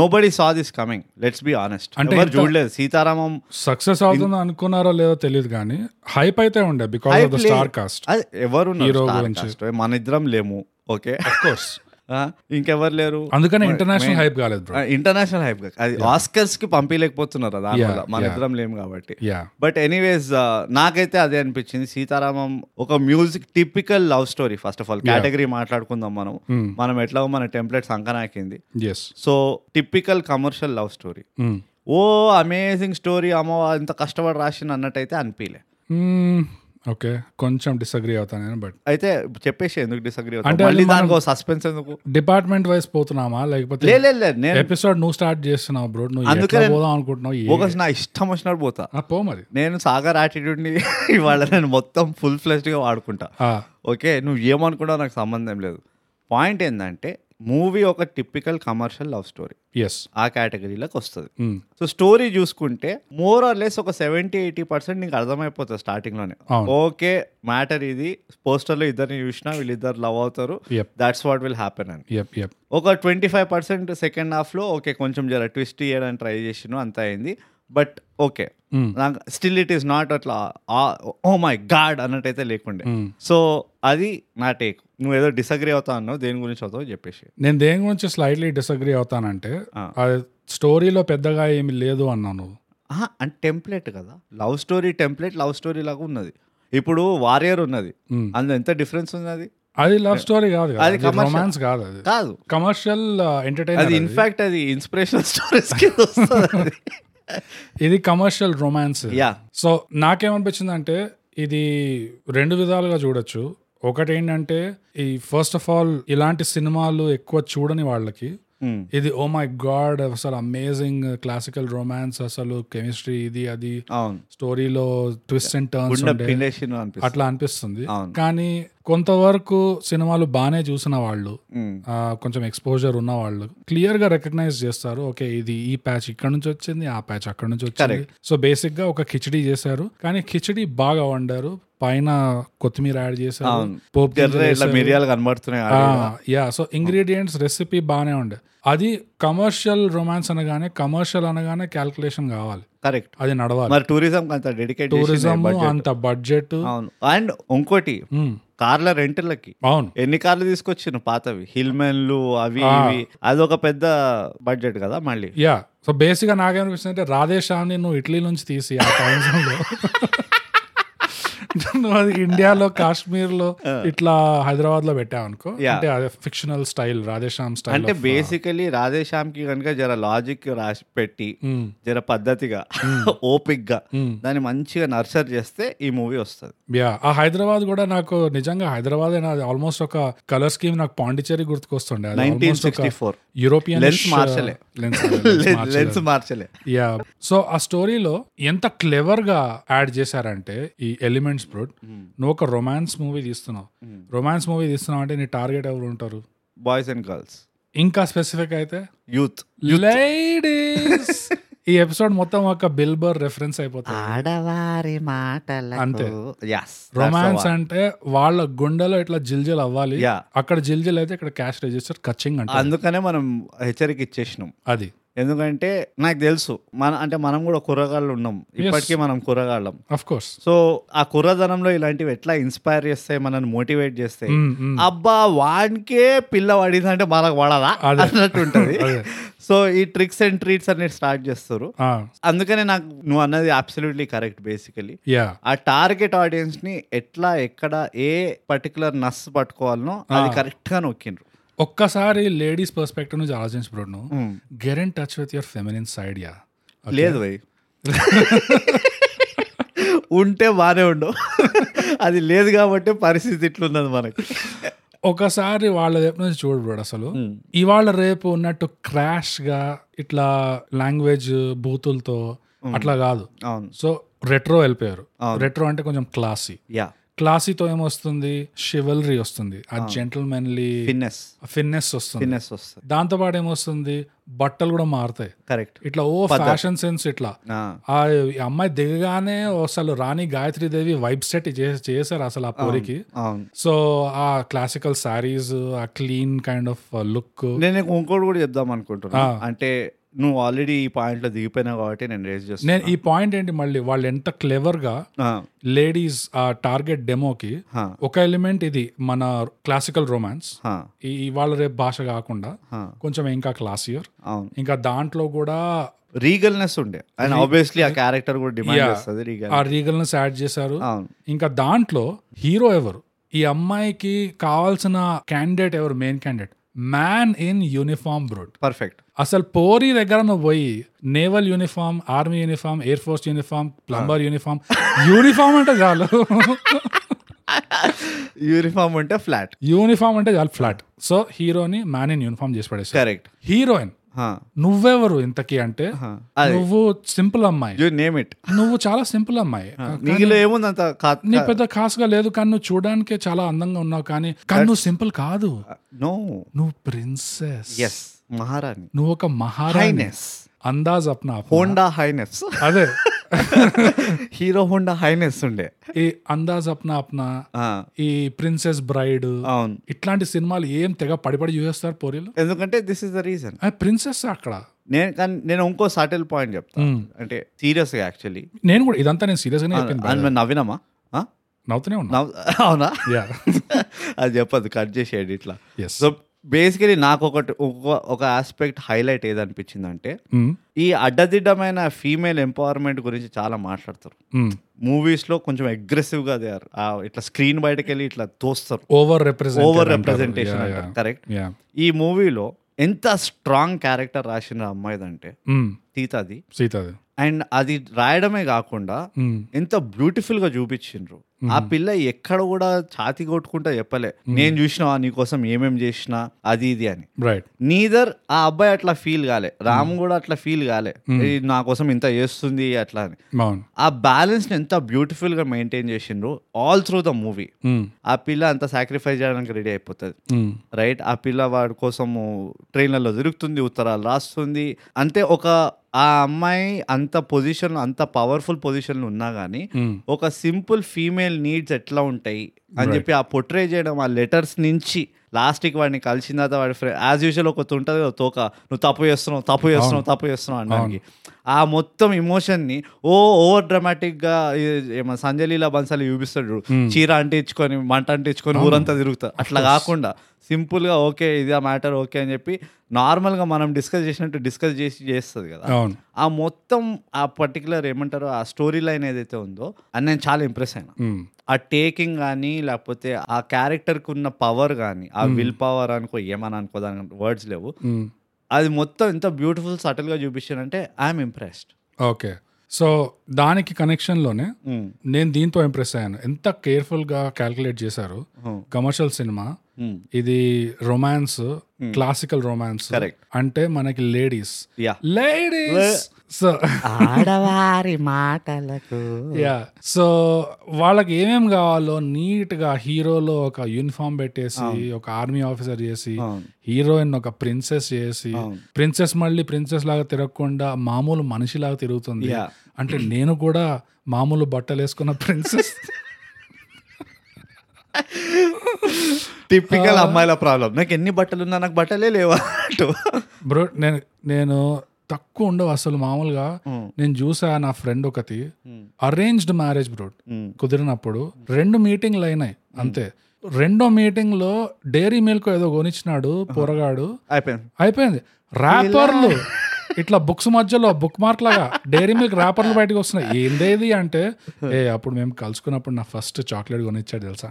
Speaker 1: nobody saw this coming let's be honest
Speaker 2: అంటే
Speaker 1: అంటే ఎవరు
Speaker 2: ఇంత-
Speaker 1: చూడలేదు సీతారామం
Speaker 2: సక్సెస్ అవుతుందో అనుకున్నారో లేదో తెలియదు కానీ హైప్ అయితే ఉండే బికాస్ ఆఫ్ ద
Speaker 1: Hype లే-
Speaker 2: స్టార్ కాస్ట్
Speaker 1: అది ఎవరు ఉన్నారు
Speaker 2: Hero
Speaker 1: star
Speaker 2: గురించి.
Speaker 1: cast? మన ఇద్దరం లేము ఓకే
Speaker 2: కోర్స్
Speaker 1: ఇంకెవరు లేరు
Speaker 2: అందుకనే
Speaker 1: మ-
Speaker 2: ఇంటర్నేషనల్
Speaker 1: main-
Speaker 2: హైప్ కాలేదు బ్రో
Speaker 1: ఇంటర్నేషనల్ హైప్ అది ఆస్కర్స్ కి పంపించలేకపోతున్నారు దాని
Speaker 2: Yeah,
Speaker 1: వల్ల మన
Speaker 2: yeah.
Speaker 1: ఇద్దరం లేము కాబట్టి
Speaker 2: యా
Speaker 1: బట్ ఎనీవేస్ నాకైతే అదే అనిపించింది సీతారామం ఒక music typical love story first of all category మాట్లాడుకుందాం మనం
Speaker 2: Hmm.
Speaker 1: మనం ఎట్లా మన టెంప్లెట్ సంకనాకింది
Speaker 2: yes
Speaker 1: so typical commercial love story
Speaker 2: Mm.
Speaker 1: ఓ అమేజింగ్ స్టోరీ అమ్మో ఇంత కష్టపడి రాసిన అన్నట్టయితే అనిపించలే
Speaker 2: ఓకే Mm. కొంచెం డిసగ్రీ అవుతాను నేను బట్
Speaker 1: అయితే చెప్పేసి ఎందుకు డిసగ్రీ
Speaker 2: అంటే
Speaker 1: అవుతుంది మళ్ళీ
Speaker 2: అది మనం-
Speaker 1: దానికి సస్పెన్స్ ఎందుకు
Speaker 2: డిపార్ట్మెంట్ వైజ్ పోతున్నామా లేకపోతే
Speaker 1: లే, లే, లే, నేను
Speaker 2: ఎపిసోడ్ నువ్వు స్టార్ట్ చేస్తున్నావు బ్రో నువ్వు
Speaker 1: అందుకే
Speaker 2: ఎట్లా
Speaker 1: నేను-
Speaker 2: పోదాం అనుకుంటున్నావు ఏ-
Speaker 1: బోగస్ నా ఇష్టం వచ్చినట్టు పోతా
Speaker 2: ఆ, పో మరి
Speaker 1: నేను సాగర్ యాటిట్యూడ్ని ఇవాళ నేను మొత్తం ఫుల్ ఫ్లెజ్డ్గా వాడుకుంటా
Speaker 2: ఆ,
Speaker 1: ఓకే నువ్వు ఏమనుకున్నావు నాకు సంబంధం లేదు పాయింట్ ఏంటంటే మూవీ ఒక typical commercial love story
Speaker 2: yes
Speaker 1: ఆ కేటగిరీలోకి వస్తుంది
Speaker 2: ఉమ్,
Speaker 1: సో స్టోరీ చూసుకుంటే మోర్ ఆర్ లెస్ ఒక సెవెంటీ ఎయిటీ పర్సెంట్ నీకు అర్థమైపోతుంది స్టార్టింగ్లోనే
Speaker 2: అవును.
Speaker 1: ఓకే మ్యాటర్ ఇది పోస్టర్లో ఇద్దరిని చూసినా వీళ్ళిద్దరు లవ్ అవుతారు
Speaker 2: Yep.
Speaker 1: That's what will happen అని
Speaker 2: ఎప్ ఎప్
Speaker 1: ఒక ట్వంటీ ఫైవ్ పర్సెంట్ సెకండ్ హాఫ్లో ఓకే కొంచెం జర ట్విస్ట్ చేయడానికి ట్రై చేసిను అంత అయింది బట్ ఓకే
Speaker 2: Hmm.
Speaker 1: నాకు స్టిల్ ఇట్ ఈస్ నాట్ అట్లా ఓ మై గాడ్ అన్నట్టయితే లేకుండే
Speaker 2: Hmm.
Speaker 1: సో అది నా టేక్ నువ్వు ఏదో డిసగ్రీ అవుతా అన్నావు దేని గురించి అవుతావు చెప్పేసి
Speaker 2: నేను దేని గురించి స్లైట్లీ డిసగ్రీ అవుతానంటే
Speaker 1: ఆ.
Speaker 2: ఆ స్టోరీలో పెద్దగా ఏమి లేదు అన్నావు నువ్వు
Speaker 1: ఆహా, అంటే టెంప్లెట్ కదా love story template love story లాగా ఉన్నది ఇప్పుడు వారియర్ ఉన్నది
Speaker 2: Hmm.
Speaker 1: అందులో ఎంత డిఫరెన్స్ ఉన్నది
Speaker 2: అది లవ్ స్టోరీ కాదు
Speaker 1: అది commercial.
Speaker 2: రొమాన్స్ కాదు అది
Speaker 1: కాదు
Speaker 2: కమర్షియల్
Speaker 1: అది
Speaker 2: ఎంటర్టైనర్
Speaker 1: ఇన్ఫాక్ట్ అది ఇన్స్పిరేషనల్ స్టోరీస్ కింద వస్తుంది అది.
Speaker 2: ఇది కమర్షియల్ రొమాన్స్
Speaker 1: Yeah.
Speaker 2: సో నాకేమనిపించింది అంటే ఇది రెండు విధాలుగా చూడొచ్చు ఒకటి ఏంటంటే ఈ ఫస్ట్ ఆఫ్ ఆల్ ఇలాంటి సినిమాలు ఎక్కువ చూడని వాళ్ళకి
Speaker 1: Hmm.
Speaker 2: ఇది ఓ మై గాడ్ అసలు అమేజింగ్ క్లాసికల్ రొమాన్స్ అసలు కెమిస్ట్రీ ఇది అది
Speaker 1: అవును
Speaker 2: స్టోరీలో ట్విస్ట్ అండ్ టర్న్స్
Speaker 1: గుండె
Speaker 2: ఉండే
Speaker 1: పిండేసిన అనిపిస్తుంది
Speaker 2: అట్లా అనిపిస్తుంది
Speaker 1: అవును.
Speaker 2: కానీ కొంతవరకు సినిమాలు బాగానే చూసిన వాళ్ళు
Speaker 1: Hmm.
Speaker 2: ఆ, కొంచెం ఎక్స్పోజర్ ఉన్న వాళ్ళు క్లియర్ గా రికగ్నైజ్ చేస్తారు ఓకే ఇది ఈ ప్యాచ్ ఇక్కడ నుంచి వచ్చింది ఆ ప్యాచ్ అక్కడ నుంచి వచ్చింది సో బేసిక్ గా ఒక కిచడీ చేశారు కానీ కిచడీ బాగా వండారు పైన కొత్తిమీర యాడ్ చేశారు
Speaker 1: అవును.
Speaker 2: పోపు గింజలు
Speaker 1: ఎర్ర ఇట్లా
Speaker 2: వేశారు.
Speaker 1: మిరియాలు కనబడుతున్నాయి
Speaker 2: ఆ,
Speaker 1: ఆడ.
Speaker 2: యా సో ఇంగ్రీడియంట్స్ రెసిపీ బాగానే ఉండే అది కమర్షియల్ రొమాన్స్ అనగానే కమర్షియల్ అనగానే క్యాల్కులేషన్ కావాలి
Speaker 1: కరెక్ట్
Speaker 2: అది నడవాలి
Speaker 1: మరి టూరిజం అంత డెడికేట్
Speaker 2: టూరిజం అంత బడ్జెట్
Speaker 1: అవును అండ్ ఇంకోటి కార్ల రెంట్లకి
Speaker 2: అవును
Speaker 1: ఎన్ని కార్లు తీసుకొచ్చిన పాతవి హిల్మెన్లు అవి
Speaker 2: ఆ.
Speaker 1: ఇవి అదొక పెద్ద బడ్జెట్ కదా మళ్ళీ
Speaker 2: యా సో బేసిక్ గా నాకేమనిపిస్తుంది అంటే రాధేశ్యామ్ని నువ్వు ఇటలీ నుంచి తీసి ఆ time zone లో నువ్వు అది ఇండియాలో కాశ్మీర్ లో ఇట్లా హైదరాబాద్ లో పెట్టావు అనుకో
Speaker 1: Yeah.
Speaker 2: అంటే అదే ఫిక్షనల్ స్టైల్ రాధేశ్యామ్ స్టైల్
Speaker 1: అంటే బేసికలీ రాధేశ్యామ్ కి కనుక జర లాజిక్ రాసి పెట్టి జర పద్ధతిగా ఓపిక్ గా దాన్ని మంచిగా నర్సర్ చేస్తే ఈ మూవీ వస్తుంది
Speaker 2: యా ఆ హైదరాబాద్ కూడా నాకు నిజంగా హైదరాబాద్ ఆల్మోస్ట్ ఒక కలర్ స్కీమ్ నాకు పాండిచేరి గుర్తుకొస్తుండే అది
Speaker 1: నైన్టీన్
Speaker 2: almost
Speaker 1: సిక్స్టీ
Speaker 2: ఒక uh,
Speaker 1: four
Speaker 2: European
Speaker 1: Lens మార్చలే. Lens మార్చలే
Speaker 2: యా సో ఆ స్టోరీలో ఎంత క్లెవర్ గా యాడ్ చేశారంటే ఈ ఎలిమెంట్స్ బ్రోడ్
Speaker 1: Hmm.
Speaker 2: నువ్వు ఒక రొమాన్స్ మూవీ తీస్తున్నావు రొమాన్స్ మూవీ తీస్తున్నావు అంటే నీ టార్గెట్ ఎవరు ఉంటారు
Speaker 1: బాయ్స్ అండ్ గర్ల్స్
Speaker 2: ఇంకా స్పెసిఫిక్ అయితే
Speaker 1: యూత్
Speaker 2: లేడీస్ ఈ ఎపిసోడ్ మొత్తం ఒక బిల్బర్ రెఫరెన్స్ అయిపోతుంది
Speaker 1: ఆడవారి మాటల
Speaker 2: అంతే. రొమాన్స్ అంటే వాళ్ళ గుండెలో ఇట్లా జిల్జిల్ అవ్వాలి
Speaker 1: Yeah.
Speaker 2: అక్కడ జిల్జిల్ అయితే ఇక్కడ క్యాష్ రిజిస్టర్ కచ్చింగ్ అంటే
Speaker 1: అందుకనే మనం హెచ్చరిక ఇచ్చేసినాం
Speaker 2: అది
Speaker 1: ఎందుకంటే నాకు తెలుసు మన అంటే మనం కూడా కూరగాళ్ళు ఉన్నాం ఇప్పటికీ మనం కూరగాళ్ళం
Speaker 2: అఫ్ కోర్స్
Speaker 1: సో ఆ కుర్రదనంలో ఇలాంటివి ఎట్లా ఇన్స్పైర్ చేస్తాయి మనల్ని మోటివేట్ చేస్తాయి
Speaker 2: Mm,
Speaker 1: అబ్బా వానికే పిల్ల పడింది అంటే మనకు పడదా
Speaker 2: అదే.
Speaker 1: అన్నట్టు ఉంటుంది
Speaker 2: అదే.
Speaker 1: సో ఈ ట్రిక్స్ అండ్ ట్రీట్స్ అనేది స్టార్ట్ చేస్తారు
Speaker 2: Ah.
Speaker 1: అందుకనే నాకు నువ్వు అన్నది అబ్సల్యూట్లీ కరెక్ట్ బేసికలీ
Speaker 2: యా
Speaker 1: ఆ టార్గెట్ ఆడియన్స్ ని ఎట్లా ఎక్కడ ఏ పర్టికులర్ నస్ పట్టుకోవాలనో అది కరెక్ట్ గా నొక్కిండ్రు
Speaker 2: ఒక్కసారి లేడీస్ పర్స్పెక్టివ్ నుంచి ఆలోచించి బ్రో నువ్వు
Speaker 1: మ్మ్.
Speaker 2: Get in touch with your feminine side yeah
Speaker 1: లేదు భయ్ ఉంటే బానే ఉండవు అది లేదు కాబట్టి పరిస్థితి ఇట్లున్నది మనకు
Speaker 2: ఒకసారి వాళ్ళ వైపు నుంచి చూడు బ్రో అసలు ఇవాళ రేపు ఉన్నట్టు క్రాష్ గా ఇట్లా లాంగ్వేజ్ బూతులతో అట్లా కాదు
Speaker 1: అవును
Speaker 2: సో రెట్రో వెళ్ళిపోయారు రెట్రో అంటే కొంచెం క్లాసీ
Speaker 1: యా
Speaker 2: క్లాసీతో ఏమొస్తుంది షివల్రీ వస్తుంది ఆ జెంటల్మెన్లీ
Speaker 1: ఫిన్నెస్
Speaker 2: ఫిన్నెస్ వస్తుంది
Speaker 1: ఫిన్నెస్ వస్తుంది
Speaker 2: దాంతో పాటు ఏమొస్తుంది బట్టలు కూడా మారుతాయి
Speaker 1: కరెక్ట్
Speaker 2: ఇట్లా ఓ ఫ్యాషన్ సెన్స్ ఇట్లా ఆ ఈ అమ్మాయి దిగగానే అసలు రాణి గాయత్రి దేవి వైబ్ సెట్ చేసే- చేశారు అసలు ఆ పోరికి
Speaker 1: అవును
Speaker 2: సో ఆ క్లాసికల్ శారీస్ ఆ క్లీన్ కైండ్ ఆఫ్ లుక్
Speaker 1: నేను నీకు ఇంకోటి కూడా చెప్దాం అనుకుంటున్నా
Speaker 2: ఆ.
Speaker 1: అంటే నువ్వు ఆల్రెడీ ఈ పాయింట్ లో దిగిపోయినా కాబట్టి నేను రేజ్ చేస్తాను
Speaker 2: నేను ఈ పాయింట్ ఏంటి మళ్ళీ వాళ్ళు ఎంత క్లెవర్ గా లేడీస్ ఆ టార్గెట్ డెమోకి ఒక ఎలిమెంట్ ఇది మన క్లాసికల్ రొమాన్స్ ఈ వాళ్ళ రేపు భాష కాకుండా కొంచెం ఇంకా క్లాసియర్
Speaker 1: అవును
Speaker 2: ఇంకా దాంట్లో కూడా
Speaker 1: రీగల్నెస్ ఉండే అండ్ ఆబ్వియస్లీ ఆ క్యారెక్టర్ కూడా డిమాండ్
Speaker 2: Yeah.
Speaker 1: చేస్తుంది రీగల్
Speaker 2: ఆ రీగల్నెస్ యాడ్ చేశారు
Speaker 1: అవును
Speaker 2: ఇంకా దాంట్లో హీరో ఎవరు ఈ అమ్మాయికి కావాల్సిన క్యాండిడేట్ ఎవరు main candidate man in uniform brute
Speaker 1: perfect
Speaker 2: అసలు పోరి దగ్గర నువ్వు పోయి naval uniform army uniform air force uniform plumber uniform uniform అంటే చాలు
Speaker 1: యూనిఫామ్ ఉంటే ఫ్లాట్
Speaker 2: యూనిఫామ్ అంటే చాలు ఫ్లాట్ సో హీరోని మ్యాన్ ఇన్ యూనిఫామ్ చేసి పడేసారు
Speaker 1: కరెక్ట్
Speaker 2: హీరోయిన్ నువ్వెవరు ఇంతకీ అంటే
Speaker 1: అది
Speaker 2: నువ్వు సింపుల్ అమ్మాయి
Speaker 1: యూ నేమ్ ఇట్
Speaker 2: నువ్వు చాలా సింపుల్ అమ్మాయి
Speaker 1: నీలో ఏముంది అంత కా-
Speaker 2: నీ పెద్ద ఖాస్గా లేదు కానీ నువ్వు చూడడానికే చాలా అందంగా ఉన్నావు కానీ కానీ నువ్వు సింపుల్ కాదు
Speaker 1: నో
Speaker 2: నువ్వు ప్రిన్సెస్
Speaker 1: ఎస్ మహారాణి
Speaker 2: నువ్వు ఒక మహారాణి
Speaker 1: highness
Speaker 2: Andaz Apna Apna.
Speaker 1: Honda highness
Speaker 2: అదే
Speaker 1: హీరో హోండా హైనెస్ ఉండే
Speaker 2: ఈ అందాజ్ అప్నా అప్నా
Speaker 1: ఆ,
Speaker 2: ఈ ప్రిన్సెస్ బ్రైడ్
Speaker 1: అవును
Speaker 2: ఇట్లాంటి సినిమాలు ఏం తెగ పడిపడి చూసేస్తారు పోరీలు
Speaker 1: ఎందుకంటే దిస్ ఇస్ ద రీజన్
Speaker 2: ఆ ప్రిన్సెస్ అక్కడ
Speaker 1: నేను కానీ నేను ఇంకో సటిల్ పాయింట్ చెప్తాను
Speaker 2: మ్మ్.
Speaker 1: అంటే సీరియస్ గా యాక్చువల్లీ
Speaker 2: నేను కూడా ఇదంతా నేను సీరియస్ గానే చెప్పింది brother.
Speaker 1: అని నవ్వినమా ఆ?
Speaker 2: నవ్వుతూనే ఉన్నా
Speaker 1: నవ్- అవునా
Speaker 2: యా
Speaker 1: అది చెప్పదు కట్ చేసేయండి ఇట్లా
Speaker 2: ఎస్
Speaker 1: సో బేసికలీ నాకు ఒకటి ఒక- ఒక ఆస్పెక్ట్ హైలైట్ ఏదనిపించింది అంటే ఈ అడ్డదిడ్డమైన ఫీమేల్ ఎంపవర్మెంట్ గురించి చాలా మాట్లాడతారు మూవీస్లో కొంచెం అగ్రెసివ్గా దే ఆర్ ఇట్లా స్క్రీన్ బయటకు వెళ్ళి ఇట్లా తోస్తారు
Speaker 2: over represent
Speaker 1: over representation correct
Speaker 2: yeah
Speaker 1: ఈ మూవీలో ఎంత స్ట్రాంగ్ క్యారెక్టర్ రాసిన అమ్మాయిదంటే తీతాది
Speaker 2: సీతాది
Speaker 1: అండ్ అది రాయడమే కాకుండా
Speaker 2: Mm.
Speaker 1: ఎంత బ్యూటిఫుల్ గా చూపించిండ్రు ఆ పిల్ల ఎక్కడ కూడా ఛాతి కొట్టుకుంటా చెప్పలే నేను చూసినా నీకోసం ఏమేం చేసినా అది ఇది అని
Speaker 2: రైట్
Speaker 1: నీదర్ ఆ అబ్బాయి అట్లా ఫీల్ కాలే రామ్ కూడా అట్లా ఫీల్ కాలే "ఏయ్, నా కోసం ఇంత చేస్తుంది అట్లా అని
Speaker 2: అవును
Speaker 1: ఆ బ్యాలెన్స్ ఎంత బ్యూటిఫుల్ గా మెయింటైన్ చేసిండ్రు all through the movie
Speaker 2: Mm.
Speaker 1: ఆ పిల్ల అంత సాక్రిఫైస్ చేయడానికి రెడీ అయిపోతుంది
Speaker 2: Mm.
Speaker 1: రైట్ ఆ పిల్ల వాడి కోసము ట్రైన్లలో తిరుగుతుంది ఉత్తరాలు రాస్తుంది అంటే ఒక ఆ అమ్మాయి అంత పొజిషన్ అంత పవర్ఫుల్ పొజిషన్ ఉన్నా కానీ
Speaker 2: Mm.
Speaker 1: ఒక సింపుల్ ఫీమేల్ నీడ్స్ ఎట్లా ఉంటాయి అని చెప్పి ఆ పొట్రే చేయడం ఆ లెటర్స్ నుంచి లాస్ట్కి వాడిని కలిసిన తర్వాత వాడి ఫ్రెండ్ యాజ్ యూజువల్ ఒకటి ఉంటుంది కదా, తోక నువ్వు తప్పు చేస్తున్నావు తప్పు చేస్తున్నావు తప్పు చేస్తున్నావు అనడానికి ఆ మొత్తం ఇమోషన్ని ఓ ఓవర్ డ్రామాటిక్గా ఏమో సంజలీల బన్సాలి చూపిస్తాడు చూడు. చీర అంటించుకొని మంట అంటించుకొని ఊరంతా తిరుగుతా అట్లా కాకుండా సింపుల్గా ఓకే ఇది ఆ మ్యాటర్ ఓకే అని చెప్పి నార్మల్గా మనం డిస్కస్ చేసినట్టు డిస్కస్ చేసి చేస్తుంది కదా
Speaker 2: అవును
Speaker 1: ఆ మొత్తం ఆ పర్టికులర్ ఏమంటారు ఆ స్టోరీ లైన్ ఏదైతే ఉందో అది నేను చాలా ఇంప్రెస్ అయినా
Speaker 2: Mm.
Speaker 1: ఆ టేకింగ్ కానీ లేకపోతే ఆ క్యారెక్టర్కి ఉన్న పవర్ కానీ ఆ విల్ పవర్ అనుకో ఏమని అనుకో దాని వర్డ్స్ లేవు
Speaker 2: Mm.
Speaker 1: అది మొత్తం ఎంత బ్యూటిఫుల్ సటిల్గా చూపించారంటే ఐఎమ్ ఇంప్రెస్డ్
Speaker 2: ఓకే సో దానికి కనెక్షన్లోనే
Speaker 1: Hmm.
Speaker 2: నేను దీంతో ఇంప్రెస్ అయ్యాను ఎంత కేర్ఫుల్గా క్యాల్కులేట్ చేశారు
Speaker 1: Hmm.
Speaker 2: కమర్షియల్ సినిమా ఇది రొమాన్స్ క్లాసికల్ రొమాన్స్
Speaker 1: Correct.
Speaker 2: అంటే మనకి లేడీస్
Speaker 1: యా
Speaker 2: లేడీస్ సో
Speaker 1: ఆడవారి మాటలకు
Speaker 2: యా సో వాళ్ళకి ఏమేం కావాలో నీట్ గా హీరోలో ఒక యూనిఫామ్ పెట్టేసి ఒక ఆర్మీ ఆఫీసర్ చేసి
Speaker 1: అవును.
Speaker 2: హీరోయిన్ ఒక ప్రిన్సెస్ చేసి ప్రిన్సెస్ మళ్ళీ ప్రిన్సెస్ లాగా తిరగకుండా మామూలు మనిషిలాగా తిరుగుతుంది
Speaker 1: Yeah.
Speaker 2: అంటే నేను కూడా మామూలు బట్టలు వేసుకున్న ప్రిన్సెస్
Speaker 1: టిపికల్ అమ్మాయిల ప్రాబ్లం నాకు ఎన్ని బట్టలు ఉన్నా నాకు బట్టలే లేవా అంటూ.
Speaker 2: బ్రో నేను నేను తక్కువ ఉండవు అసలు మామూలుగా
Speaker 1: Hmm.
Speaker 2: నేను చూసా నా ఫ్రెండ్ ఒకటి
Speaker 1: Hmm.
Speaker 2: Arranged marriage bro
Speaker 1: Hmm.
Speaker 2: కుదిరినప్పుడు రెండు మీటింగ్లు అయినాయి అంతే రెండో మీటింగ్ లో డైరీ మిల్క్ ఏదో కొనిచ్చినాడు పోరగాడు
Speaker 1: అయిపోయింది
Speaker 2: అయిపోయింది ర్యాపర్లు ఇట్లా బుక్స్ మధ్యలో బుక్ మార్క్ లాగా డైరీ మిల్క్ ర్యాపర్లు బయటకు వస్తున్నాయి ఏందేది అంటే ఏ అప్పుడు మేము కలుసుకున్నప్పుడు నా ఫస్ట్ చాక్లెట్ కొనిచ్చాడు తెలుసా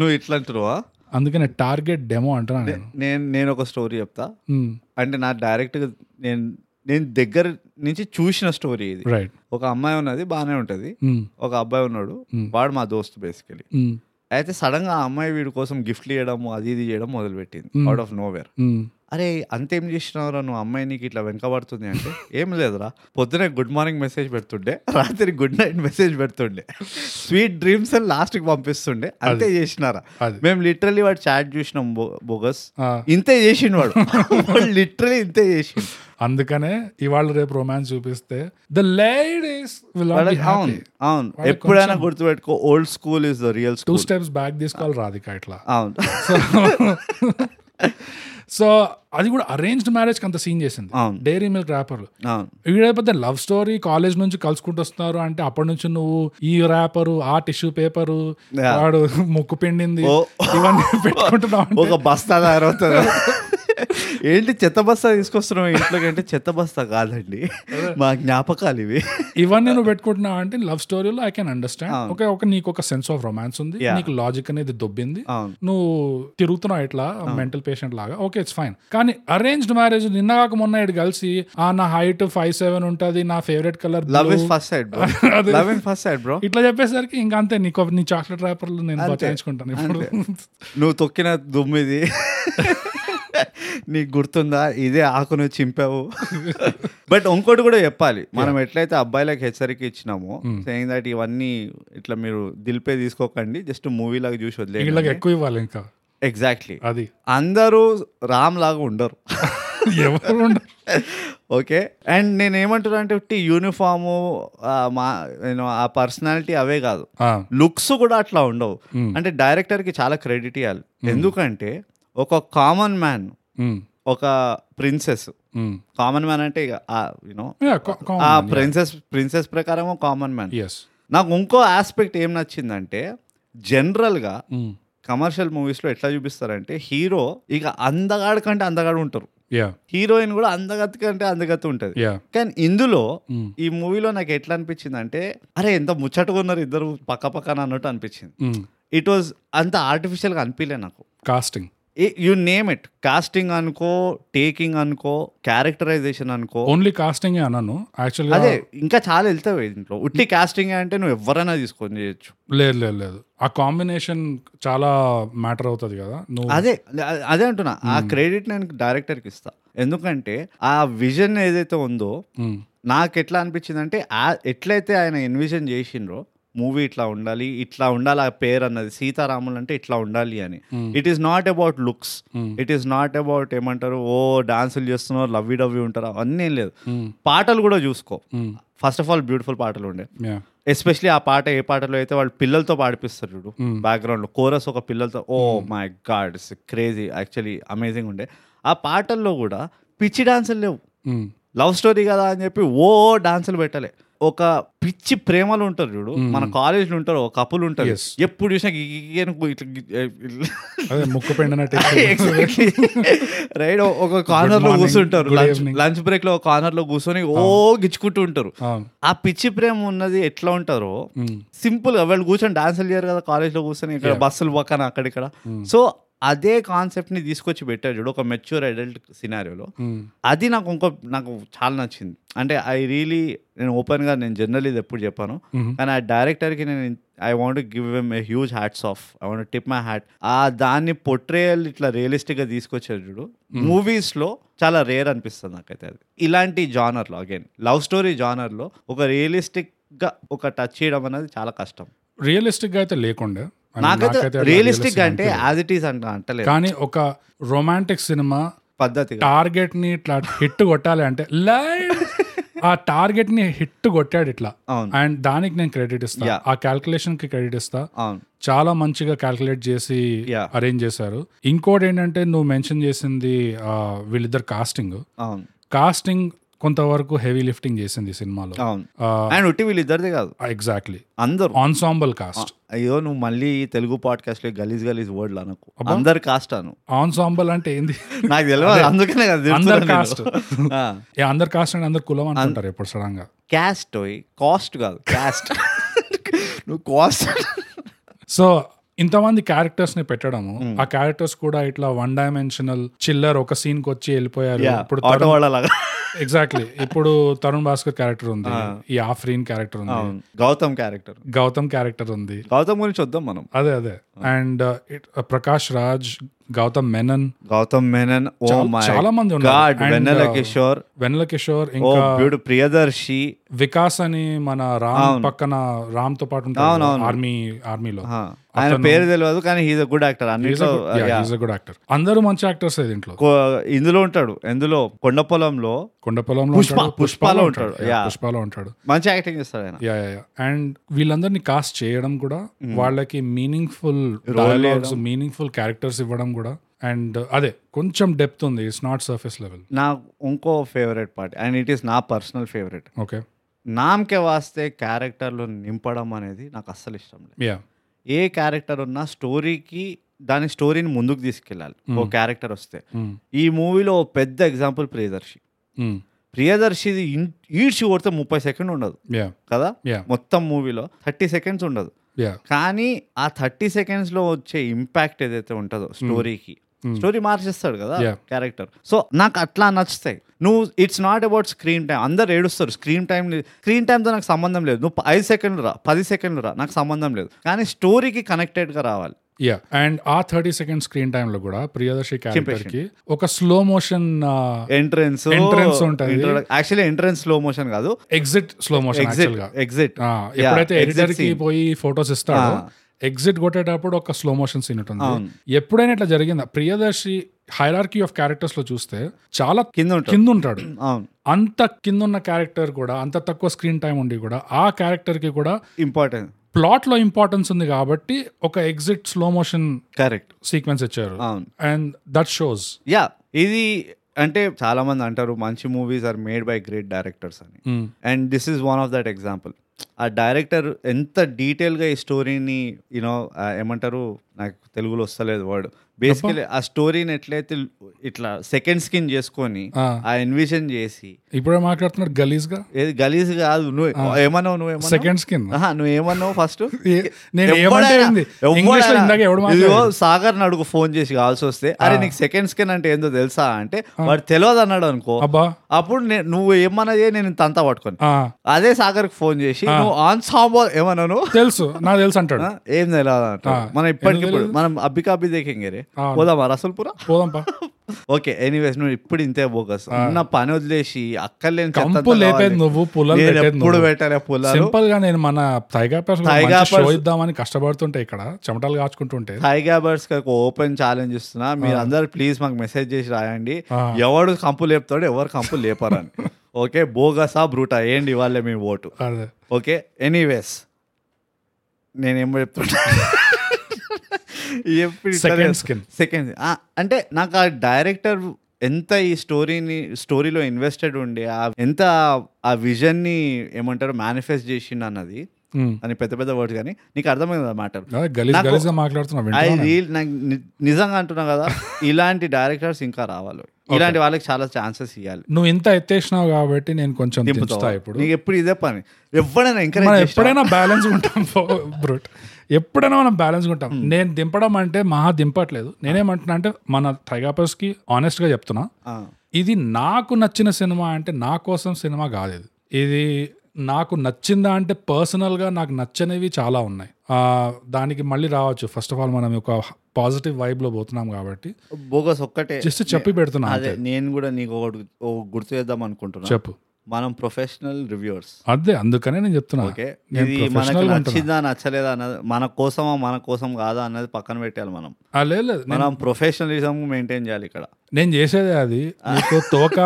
Speaker 1: నువ్వు ఇట్లా అంటున్నావా
Speaker 2: అందుకనే టార్గెట్ డెమో అంటున్నా నేను
Speaker 1: నేను నేను ఒక స్టోరీ చెప్తా
Speaker 2: మ్మ్.
Speaker 1: అంటే నా డైరెక్ట్గా నేను నేను దగ్గర నుంచి చూసిన స్టోరీ ఇది
Speaker 2: రైట్
Speaker 1: ఒక అమ్మాయి ఉన్నది బాగానే ఉంటుంది
Speaker 2: మ్మ్.
Speaker 1: ఒక అబ్బాయి ఉన్నాడు వాడు మా దోస్త్ బేసికలీ
Speaker 2: మ్మ్.
Speaker 1: అయితే సడన్గా ఆ అమ్మాయి వీడి కోసం గిఫ్ట్లు ఇవ్వడం అది ఇది చేయడం మొదలుపెట్టింది అవుట్ ఆఫ్ నోవేర్
Speaker 2: మ్మ్.
Speaker 1: అరే అంతేం చేసినావురా నువ్వు అమ్మాయి నీకు ఇట్లా వెనకబడుతుంది అంటే ఏం లేదురా పొద్దునే గుడ్ మార్నింగ్ మెసేజ్ పెడుతుండే రాత్రి గుడ్ నైట్ మెసేజ్ పెడుతుండే స్వీట్ డ్రీమ్స్ అని లాస్ట్కి పంపిస్తుండే అంతే చేసినారా
Speaker 2: అది.
Speaker 1: మేము లిటరలీ వాడు చాట్ చూసినాం బో- బోగస్
Speaker 2: ఆ.
Speaker 1: ఇంతే చేసిండు వాడు వాడు లిటరలీ ఇంతే చేసిండు
Speaker 2: అందుకనే ఇవాళ రేపు రొమాన్స్ చూపిస్తే ద లేడీస్ విల్
Speaker 1: వాడు అవును అవును
Speaker 2: వాళ్ళకి
Speaker 1: ఎప్పుడైనా గుర్తుపెట్టుకో old school is the real
Speaker 2: two
Speaker 1: school
Speaker 2: steps back తీసుకోవాలి రాధిక ఇట్లా
Speaker 1: అవును
Speaker 2: సో అది కూడా అరేంజ్డ్ మ్యారేజ్ అంత సీన్ చేసింది
Speaker 1: అవును.
Speaker 2: డైరీ మిల్క్ ర్యాపర్లు
Speaker 1: అవును
Speaker 2: వీడైపోతే లవ్ స్టోరీ కాలేజ్ నుంచి కలుసుకుంటూ వస్తున్నారు అంటే అప్పటి నుంచి నువ్వు ఈ ర్యాపరు ఆ టిష్యూ పేపరు
Speaker 1: Yeah.
Speaker 2: వాడు ముక్కు పిండింది
Speaker 1: ఓ.
Speaker 2: ఇవన్నీ పెట్టుకుంటున్నావు అంటే
Speaker 1: ఒక బస్తా తయారవుతుంది ఏంటి చెత్త బస్తా తీసుకొస్తున్నాం ఇంట్లోకి అంటే చెత్త బస్తా కాదండి మా జ్ఞాపకాలు ఇవి
Speaker 2: ఇవన్నీ నువ్వు పెట్టుకుంటున్నావు అంటే లవ్ స్టోరీలో ఐ కెన్ అండర్స్టాండ్
Speaker 1: అవును.
Speaker 2: ఓకే ఒక నీకు ఒక సెన్స్ ఆఫ్ రొమాన్స్ ఉంది
Speaker 1: Yeah.
Speaker 2: నీకు లాజిక్ అనేది దొబ్బింది
Speaker 1: అవును
Speaker 2: నువ్వు తిరుగుతున్నావు ఇట్లా మెంటల్ పేషెంట్ లాగా ఓకే ఇట్స్ ఫైన్ కానీ అరేంజ్డ్ మ్యారేజ్ నిన్న కాక మొన్న ఇటు కలిసి ఆ నా హైట్ ఫైవ్ సెవెన్ ఉంటుంది నా favourite colour
Speaker 1: love is first side bro
Speaker 2: అదే.
Speaker 1: Love in first side bro
Speaker 2: ఇట్లా చెప్పేసరికి ఇంకా అంతే నీకు నీ చాక్లెట్ ర్యాపర్లు నేను బచాయించుకుంటాను ఇప్పుడు
Speaker 1: నువ్వు తొక్కిన దుమ్మిది నీకు గుర్తుందా ఇదే ఆకును చింపావు బట్ ఇంకోటి కూడా చెప్పాలి మనం ఎట్లయితే అబ్బాయిలకు హెచ్చరిక ఇచ్చినామో సేయింగ్ దట్ ఇవన్నీ ఇట్లా మీరు దిల్పే తీసుకోకండి జస్ట్ మూవీ లాగా చూసి
Speaker 2: వీళ్ళకి
Speaker 1: వదిలేదు
Speaker 2: ఎక్కువ ఇవ్వాలి ఇంకా
Speaker 1: ఎగ్జాక్ట్లీ
Speaker 2: అది
Speaker 1: అందరూ రామ్ లాగా ఉండరు
Speaker 2: ఎవరు ఉండరు.
Speaker 1: ఓకే అండ్ నేను ఏమంటున్నా అంటే ఉట్టి యూనిఫాము ఆ మా నేను ఆ పర్సనాలిటీ అవే కాదు
Speaker 2: ఆ,
Speaker 1: లుక్స్ కూడా అట్లా ఉండవు అంటే డైరెక్టర్కి చాలా క్రెడిట్ ఇవ్వాలి ఎందుకంటే ఒక కామన్ మ్యాన్
Speaker 2: ఉమ్,
Speaker 1: ఒక ప్రిన్సెస్
Speaker 2: ఉమ్.
Speaker 1: కామన్ మ్యాన్ అంటే ఇక యూనో
Speaker 2: Yeah, co- common,
Speaker 1: ఆ
Speaker 2: yeah.
Speaker 1: ప్రిన్సెస్ ప్రిన్సెస్ ప్రకారం కామన్ మ్యాన్
Speaker 2: Yes.
Speaker 1: నాకు ఇంకో ఆస్పెక్ట్ ఏం నచ్చిందంటే జనరల్గా
Speaker 2: ఉమ్,
Speaker 1: కమర్షియల్ మూవీస్లో ఎట్లా చూపిస్తారంటే హీరో ఇక అందగాడి కంటే అందగాడు ఉంటారు
Speaker 2: yeah,
Speaker 1: హీరోయిన్ కూడా అందగతి కంటే అందగతి ఉంటుంది
Speaker 2: yeah.
Speaker 1: కానీ ఇందులో
Speaker 2: ఉమ్,
Speaker 1: ఈ మూవీలో నాకు ఎట్లా అనిపించింది అంటే అరే ఎంత ముచ్చటగా ఉన్నారు ఇద్దరు పక్క పక్కన అన్నట్టు అనిపించింది
Speaker 2: ఉమ్.
Speaker 1: ఇట్ వాజ్ అంత ఆర్టిఫిషియల్గా అనిపించలే నాకు
Speaker 2: casting
Speaker 1: you name it casting అనుకో టేకింగ్ అనుకో క్యారెక్టరైజేషన్ అనుకో
Speaker 2: ఓన్లీ కాస్టింగ్ అన్నాను యాక్చువల్గా
Speaker 1: అదే ఇంకా చాలా వెళ్తావు ఇంట్లో ఉట్టి కాస్టింగ్ అంటే నువ్వు ఎవరైనా తీసుకొని చేయొచ్చు
Speaker 2: లేదు లేదు లేదు ఆ కాంబినేషన్ చాలా మ్యాటర్ అవుతుంది కదా నువ్వు
Speaker 1: అదే అ- అదే అంటున్నా ఆ క్రెడిట్ నేను డైరెక్టర్కి ఇస్తా ఎందుకంటే ఆ విజన్ ఏదైతే ఉందో
Speaker 2: ఉమ్,
Speaker 1: నాకు ఎట్లా అనిపించింది అంటే ఎట్లయితే ఆయన ఎన్విజన్ చేసిండ్రో మూవీ ఇట్లా ఉండాలి ఇట్లా ఉండాలి ఆ పేరు అన్నది సీతారాములు అంటే ఇట్లా ఉండాలి అని it is not about looks
Speaker 2: Hmm.
Speaker 1: It is not about ఏమంటారు ఓ డాన్సులు చేస్తున్నారు లవ్వి డవ్వి ఉంటారు అవన్నీ ఏం లేదు
Speaker 2: ఉమ్,
Speaker 1: పాటలు కూడా చూసుకో
Speaker 2: um,
Speaker 1: first of all beautiful పాటలు ఉండే
Speaker 2: yeah.
Speaker 1: ఎస్పెషలీ ఆ పాట ఏ పాటలో అయితే వాళ్ళు పిల్లలతో పాడిపిస్తారు చూడు బ్యాక్గ్రౌండ్ లో కోరస్ ఒక పిల్లలతో "Oh oh my god it's crazy actually amazing ఉండే ఆ పాటల్లో కూడా పిచ్చి డాన్సులు లేవు
Speaker 2: ఉమ్,
Speaker 1: లవ్ స్టోరీ కదా అని చెప్పి ఓ డాన్సులు పెట్టలే ఒక పిచ్చి ప్రేమలు ఉంటారు చూడు మన కాలేజీలో ఉంటారు ఒక కపులు ఉంటారు
Speaker 2: Yes.
Speaker 1: ఎప్పుడు చూసినా గి- గి- గి- అని ఇట్లా గి- ఇట్లా
Speaker 2: అదే ముక్కు పెండినట్టు
Speaker 1: Exactly. Right, ఓ- ఒక కార్నర్ లో
Speaker 2: morning,
Speaker 1: కూర్చుంటారు
Speaker 2: good
Speaker 1: lunch-
Speaker 2: evening.
Speaker 1: Lunch break లో కార్నర్ లో కూర్చొని ఓ గిచ్చుకుంటూ ఉంటారు
Speaker 2: అవును
Speaker 1: ఆ పిచ్చి ప్రేమ ఉన్నది ఎట్లా ఉంటారో
Speaker 2: ఉమ్,
Speaker 1: సింపుల్ గా వాళ్ళు కూర్చొని డాన్సులు చేయరు కదా కాలేజ్ లో కూర్చొని ఇక్కడ బస్సులు పక్కన అక్కడిక్కడ
Speaker 2: Mm.
Speaker 1: సో అదే కాన్సెప్ట్ ని తీసుకొచ్చి పెట్టారు చూడు ఒక మెచ్యూర్ అడల్ట్ సినారియోలో
Speaker 2: ఉమ్,
Speaker 1: అది నాకు ఇంకో నాకు చాలా నచ్చింది అంటే ఐ రియలీ నేను ఓపెన్ గా నేను జనరల్ ఇది ఎప్పుడు చెప్పాను
Speaker 2: Mhm.
Speaker 1: కానీ ఆ డైరెక్టర్ కి నేను I want give em a huge hats off I want tip my hat ఆ దాన్ని పొట్రేయల్ ఇట్లా రియలిస్టిక్ గా తీసుకొచ్చారు చూడు మూవీస్ లో చాలా రేర్ అనిపిస్తుంది నాకైతే అది ఇలాంటి జానర్ లో అగైన్ లవ్ స్టోరీ జానర్ లో ఒక రియలిస్టిక్ గా ఒక టచ్ చేయడం అనేది చాలా కష్టం
Speaker 2: రియలిస్టిక్ గా అయితే లేకుండా అంటే
Speaker 1: నాకైతే
Speaker 2: అట్లా
Speaker 1: రియలిస్టిక్ అంటే
Speaker 2: అనిపించలేదు.
Speaker 1: యాజ్ ఇట్ ఈస్ అంట అంటలేదు
Speaker 2: కానీ ఒక రొమాంటిక్ సినిమా
Speaker 1: పద్ధతిగా
Speaker 2: టార్గెట్ ని ఇట్లా హిట్ కొట్టాలి అంటే లైట్ ఆ టార్గెట్ ని హిట్ కొట్టాడు ఇట్లా
Speaker 1: అవును.
Speaker 2: అండ్ దానికి నేను క్రెడిట్ ఇస్తా
Speaker 1: Yeah.
Speaker 2: ఆ క్యాల్కులేషన్ కి క్రెడిట్ ఇస్తా
Speaker 1: అవును
Speaker 2: చాలా మంచిగా క్యాల్కులేట్ చేసి
Speaker 1: Yeah.
Speaker 2: అరేంజ్ చేశారు ఇంకోటి ఏంటంటే నువ్వు మెన్షన్ చేసింది ఆ, వీళ్ళిద్దరు కాస్టింగ్
Speaker 1: అవును
Speaker 2: కాస్టింగ్ కొంతవరకు హెవీ లిఫ్టింగ్ చేసింది ఈ సినిమాలో
Speaker 1: అవును అండ్ ఉట్టి వీళ్ళిద్దరిదే కాదు
Speaker 2: ఎగ్జాక్ట్లీ
Speaker 1: అందరూ
Speaker 2: ఆన్సాంబల్ కాస్ట్
Speaker 1: అయ్యో నువ్వు మళ్ళీ ఈ తెలుగు పాడ్కాస్ట్ లో గలీజ్ గలీజ్ వర్డ్లు అనకు అందరు కాస్ట్ అను
Speaker 2: ఆన్సాంబల్ అంటే ఏంది
Speaker 1: Ah. నాకు తెలియదు అందుకనే కదా
Speaker 2: అందరు
Speaker 1: తిడుతున్నాను
Speaker 2: కాస్ట్
Speaker 1: నేను. Ah. ఆ,
Speaker 2: ఏ అందరు కాస్ట్ అండ్ అందరు కులం అనుకుంటారు ఇప్పుడు సడన్ గా
Speaker 1: క్యాస్ట్ ఓయ్, కాస్ట్ కాదు క్యాస్ట్ నువ్వు కాస్ట్
Speaker 2: సో ఇంతమంది క్యారెక్టర్స్ ని పెట్టడము
Speaker 1: Hmm.
Speaker 2: ఆ క్యారెక్టర్స్ కూడా ఇట్లా వన్ డైమెన్షనల్ చిల్లర్ ఒక సీన్ కి వచ్చి వెళ్ళిపోయారు
Speaker 1: యా
Speaker 2: ఇప్పుడు
Speaker 1: ఆటో వాళ్ళలాగా
Speaker 2: ఎగ్జాక్ట్లీ ఇప్పుడు తరుణ్ భాస్కర్ క్యారెక్టర్ ఉంది ఈ ఆఫ్రీన్ క్యారెక్టర్ ఉంది
Speaker 1: అవును. గౌతమ్ క్యారెక్టర్
Speaker 2: గౌతమ్ క్యారెక్టర్ ఉంది
Speaker 1: గౌతమ్ గురించి వద్దాం మనం
Speaker 2: అదే అదే uh, అండ్ ప్రకాష్ రాజ్ గౌతమ్ మెనన్
Speaker 1: గౌతమ్ మేనన్ ఓ
Speaker 2: చాలా-
Speaker 1: మై
Speaker 2: చాలా మంది ఉన్నారు
Speaker 1: god
Speaker 2: And,
Speaker 1: Vennela
Speaker 2: uh,
Speaker 1: Kishore
Speaker 2: Vennela Kishore
Speaker 1: ఓ
Speaker 2: ఇంకా
Speaker 1: బ్యూటి ప్రియదర్శి
Speaker 2: వికాస్ అని మన రామ్ పక్కన రామ్ తో పాటు ఉంటాడు
Speaker 1: అవును.
Speaker 2: ఆర్మీ ఆర్మీలో
Speaker 1: ఆ, ఆయన పేరు తెలియదు కానీ హీజ్ అ గుడ్ యాక్టర్ అన్నిట్లో yeah.
Speaker 2: గుడ్ యాక్టర్ అందరూ మంచి యాక్టర్స్ దీంట్లో
Speaker 1: కో- ఇందులో ఉంటాడు ఎందులో కొండ పొలంలో
Speaker 2: కొండ పొలంలో
Speaker 1: పుష్ప-
Speaker 2: ఉంటాడు,
Speaker 1: పుష్పలో ఉంటాడు.
Speaker 2: Yeah,
Speaker 1: Yeah.
Speaker 2: పుష్పలో ఉంటాడు
Speaker 1: మంచి యాక్టింగ్ చేస్తాడు ఆయన
Speaker 2: యా యా అండ్ వీళ్ళందరినీ కాస్ట్ చేయడం కూడా వాళ్ళకి మీనింగ్ఫుల్ డైలాగ్స్ మీనింగ్ఫుల్ క్యారెక్టర్స్ ఇవ్వడం కూడా అండ్ అదే కొంచెం డెప్త్ ఉంది ఇట్స్ నాట్ సర్ఫేస్ లెవెల్
Speaker 1: నా ఇంకో favourite part and it is నా పర్సనల్ ఫేవరెట్
Speaker 2: ఓకే
Speaker 1: నామకే వాస్తే క్యారెక్టర్లు నింపడం అనేది నాకు అస్సలు ఇష్టం లేదు
Speaker 2: యా
Speaker 1: ఏ క్యారెక్టర్ ఉన్నా స్టోరీకి దాని స్టోరీని ముందుకు తీసుకెళ్ళాలి ఓ క్యారెక్టర్ వస్తే
Speaker 2: Hmm.
Speaker 1: ఈ మూవీలో ఓ పెద్ద ఎగ్జాంపుల్ ప్రియదర్శి ప్రియదర్శిది ఇన్- ఈడ్చి కొడితే ముప్పై సెకండ్ ఉండదు
Speaker 2: యా
Speaker 1: కదా
Speaker 2: Yeah.
Speaker 1: మొత్తం మూవీలో థర్టీ సెకండ్స్ ఉండదు
Speaker 2: యా
Speaker 1: కానీ ఆ థర్టీ సెకండ్స్ లో వచ్చే ఇంపాక్ట్ ఏదైతే ఉంటుందో స్టోరీకి స్టోరీ మార్చేస్తాడు కదా
Speaker 2: Hmm. Yeah.
Speaker 1: క్యారెక్టర్ సో నాకు అట్లా నచ్చుతాయి నువ్వు it's not about screen time అందరు ఏడుస్తారు స్క్రీన్ టైం స్క్రీన్ టైంతో నాకు సంబంధం లేదు నువ్వు ఐదు సెకండ్లు రా పది సెకండ్లు రా నాకు సంబంధం లేదు కానీ స్టోరీకి కనెక్టెడ్గా రావాలి
Speaker 2: యా అండ్ ఆ థర్టీ సెకండ్ స్క్రీన్ టైమ్ లో కూడా ప్రియదర్శి క్యారెక్టర్ కి ఒక uh, slow motion
Speaker 1: entrance
Speaker 2: Entrance ఉంటది.
Speaker 1: యాక్చువల్లీ ఎంట్రెన్స్ స్లో మోషన్ కాదు
Speaker 2: exit slow motion
Speaker 1: exit
Speaker 2: actual గా
Speaker 1: ఎగ్జిట్
Speaker 2: ఆ, ఎప్పుడైతే ఎడిటర్ కి పోయి ఫొటోస్ ఇస్తాడో ఎగ్జిట్ కొట్టేటప్పుడు ఒక స్లో మోషన్ సీన్
Speaker 1: అవును.
Speaker 2: ఉంటుంది ఎప్పుడైనా ఇట్లా జరిగిందా ప్రియదర్శి హైరార్కీ ఆఫ్ క్యారెక్టర్స్ లో చూస్తే చాలా
Speaker 1: కింద ఉంటుంది
Speaker 2: కింద ఉంటాడు
Speaker 1: అవును
Speaker 2: అంత కింద ఉన్న క్యారెక్టర్ కూడా అంత తక్కువ స్క్రీన్ టైం ఉండి కూడా ఆ క్యారెక్టర్ కి కూడా
Speaker 1: ఇంపార్టెంట్
Speaker 2: ప్లాట్ లో ఇంపార్టెన్స్ ఉంది కాబట్టి ఒక exit slow motion
Speaker 1: correct
Speaker 2: sequence ఇచ్చారు
Speaker 1: అవును
Speaker 2: అండ్ దట్ షోస్
Speaker 1: యా ఇది అంటే చాలా మంది అంటారు మంచి movies are made by great directors అని and this is one of that example ఆ డైరెక్టర్ ఎంత డీటెయిల్గా ఈ స్టోరీని యూనో ఏమంటారు నాకు తెలుగులో వస్తలేదు వర్డ్ బేసికలీ ఆ స్టోరీని ఎట్లయితే ఇట్లా సెకండ్ స్కిన్ చేసుకొని ఆ ఎన్విజన్ చేసి
Speaker 2: ఇప్పుడే మాట్లాడుతున్నాడు గలీజ్ గా
Speaker 1: ఏది గలీజ్ కాదు నువ్వు ఏమన్నావు నువ్వు ఏమన్నావు
Speaker 2: సెకండ్ స్కిన్
Speaker 1: ఆహా, నువ్వు ఏమన్నావు ఫస్ట్
Speaker 2: ఏ- నేను ఏమంటే ఏంది? English లో ఇందాక ఎవడు మాట్లాడాడు?
Speaker 1: సాగర్ అడుగు ఫోన్ చేసి కావాల్సి వస్తే అరే నీకు సెకండ్ స్కిన్ అంటే ఏందో తెలుసా అంటే వాడు తెలియదు అన్నాడు అనుకో
Speaker 2: అబ్బా
Speaker 1: అప్పుడు నే- నువ్వు ఏమన్నా చేయి నేను తంతా పట్టుకొని
Speaker 2: ఆ,
Speaker 1: అదే సాగర్కి ఫోన్ చేసి నువ్వు ఆన్ సాంబార్ ఏమన్నాను
Speaker 2: తెలుసు నాకు తెలుసు అంటాడు
Speaker 1: ఆ, ఏం తెలియదు అంటాడు.
Speaker 2: ఆ,
Speaker 1: మనం ఇప్పటికి
Speaker 2: ఎందుకు
Speaker 1: ఇప్పుడు మనం అబ్బికా అబ్బి దేకేంగే రే
Speaker 2: ఆ.
Speaker 1: పోదామా రసల్పురా
Speaker 2: పోదాంపా
Speaker 1: ఓకే ఎనీవేస్ నువ్వు ఇప్పుడు ఇంతే బోగస్ ఉన్న పని వదిలేసి అక్కర్లేని చెత్త అంతా
Speaker 2: కంపు లేపేది
Speaker 1: కావాలి.
Speaker 2: నువ్వు పుల్లలు
Speaker 1: నేను
Speaker 2: పెట్టేది
Speaker 1: ఎప్పుడు
Speaker 2: నువ్వు
Speaker 1: పెట్టాలి పుల్లాలు
Speaker 2: సింపుల్ గా నేను మన తైగా
Speaker 1: Tiger Pass-
Speaker 2: షో ఇద్దామని కష్టపడుతుంటే ఇక్కడ చెమటలు కాచుకుంటుంటే
Speaker 1: హాయ్ గాబర్స్ ఓపెన్ ఛాలెంజ్ ఇస్తున్నా మీరు అందరు ప్లీజ్ మాకు మెసేజ్ చేసి రాయండి
Speaker 2: ఆ.
Speaker 1: ఎవడు కంపు లేపుతాడు ఎవరు కంపు లేపరని ఓకే బోగసా బ్రూటా ఏంటి ఇవాళ మీ ఓటు
Speaker 2: అదే
Speaker 1: ఓకే ఎనీవేస్ నేనేం చెప్తున్నా
Speaker 2: Second skin.
Speaker 1: సెకండ్ అంటే నాకు ఆ డైరెక్టర్ ఎంత ఈ స్టోరీని స్టోరీలో ఇన్వెస్టెడ్ ఉండి ఆ- ఎంత ఆ విజన్ ని ఏమంటారు మేనిఫెస్ట్ చేసిండు అన్నది
Speaker 2: ఉమ్.
Speaker 1: అని పెద్ద పెద్ద వర్డ్స్ కానీ నీకు అర్థమైంది మ్యాటర్
Speaker 2: అదే గలీజ్
Speaker 1: నాకు-
Speaker 2: గలీజ్ గా మాట్లాడుతున్నా
Speaker 1: ఐ
Speaker 2: వింటున్నా నేను.
Speaker 1: రియల్ నాకు ని- నిజంగా అంటున్నా కదా ఇలాంటి డైరెక్టర్స్ ఇంకా రావాలి ఇలాంటి వాళ్ళకి చాలా ఛాన్సెస్ ఇవ్వాలి
Speaker 2: నువ్వు ఇంత ఎత్తేసినావు కాబట్టి నేను కొంచెం దింపుతా ఇప్పుడు
Speaker 1: నీకు ఎప్పుడు ఇదే పని ఎవడైనా
Speaker 2: మనం
Speaker 1: ఎంకరేజ్
Speaker 2: ఎప్పుడైనా బ్యాలెన్స్ ఉంటాం బ్రూట్ ఎప్పుడైనా మనం బ్యాలెన్స్ ఉంటాం నేను దింపడం అంటే మహా దింపట్లేదు నేనేమంటున్నా అంటే మన టైగాపర్స్ కి ఆనెస్ట్ గా చెప్తున్నా ఇది నాకు నచ్చిన సినిమా అంటే నా కోసం సినిమా కాదు ఇది ఇది నాకు నచ్చిందా అంటే పర్సనల్గా నాకు నచ్చనివి చాలా ఉన్నాయి ఆ, దానికి మళ్ళీ రావచ్చు ఫస్ట్ ఆఫ్ ఆల్ మనం ఒక పాజిటివ్ వైబ్లో పోతున్నాం కాబట్టి
Speaker 1: బోగస్ ఒక్కటే
Speaker 2: జస్ట్ చెప్పి పెడుతున్నా
Speaker 1: అదే
Speaker 2: అంతే.
Speaker 1: నేను కూడా నీకు ఒకటి ఓ గుర్తు చేద్దాం అనుకుంటున్నా
Speaker 2: చెప్పు
Speaker 1: మనం ప్రొఫెషనల్ రివ్యూవర్స్
Speaker 2: అదే అందుకనే నేను చెప్తున్నా
Speaker 1: ఓకే
Speaker 2: నేను
Speaker 1: ఇది మనకు
Speaker 2: professional గా ఉంటున్నా.
Speaker 1: నచ్చిందా నచ్చలేదా అన్నది మన కోసమా మన కోసం కాదా అన్నది పక్కన పెట్టాలి మనం
Speaker 2: ఆ, లేదు లేదు. నేను-
Speaker 1: మనం ప్రొఫెషనలిజం మెయింటైన్ చేయాలి ఇక్కడ
Speaker 2: నేను చేసేదే అది నీకు తోక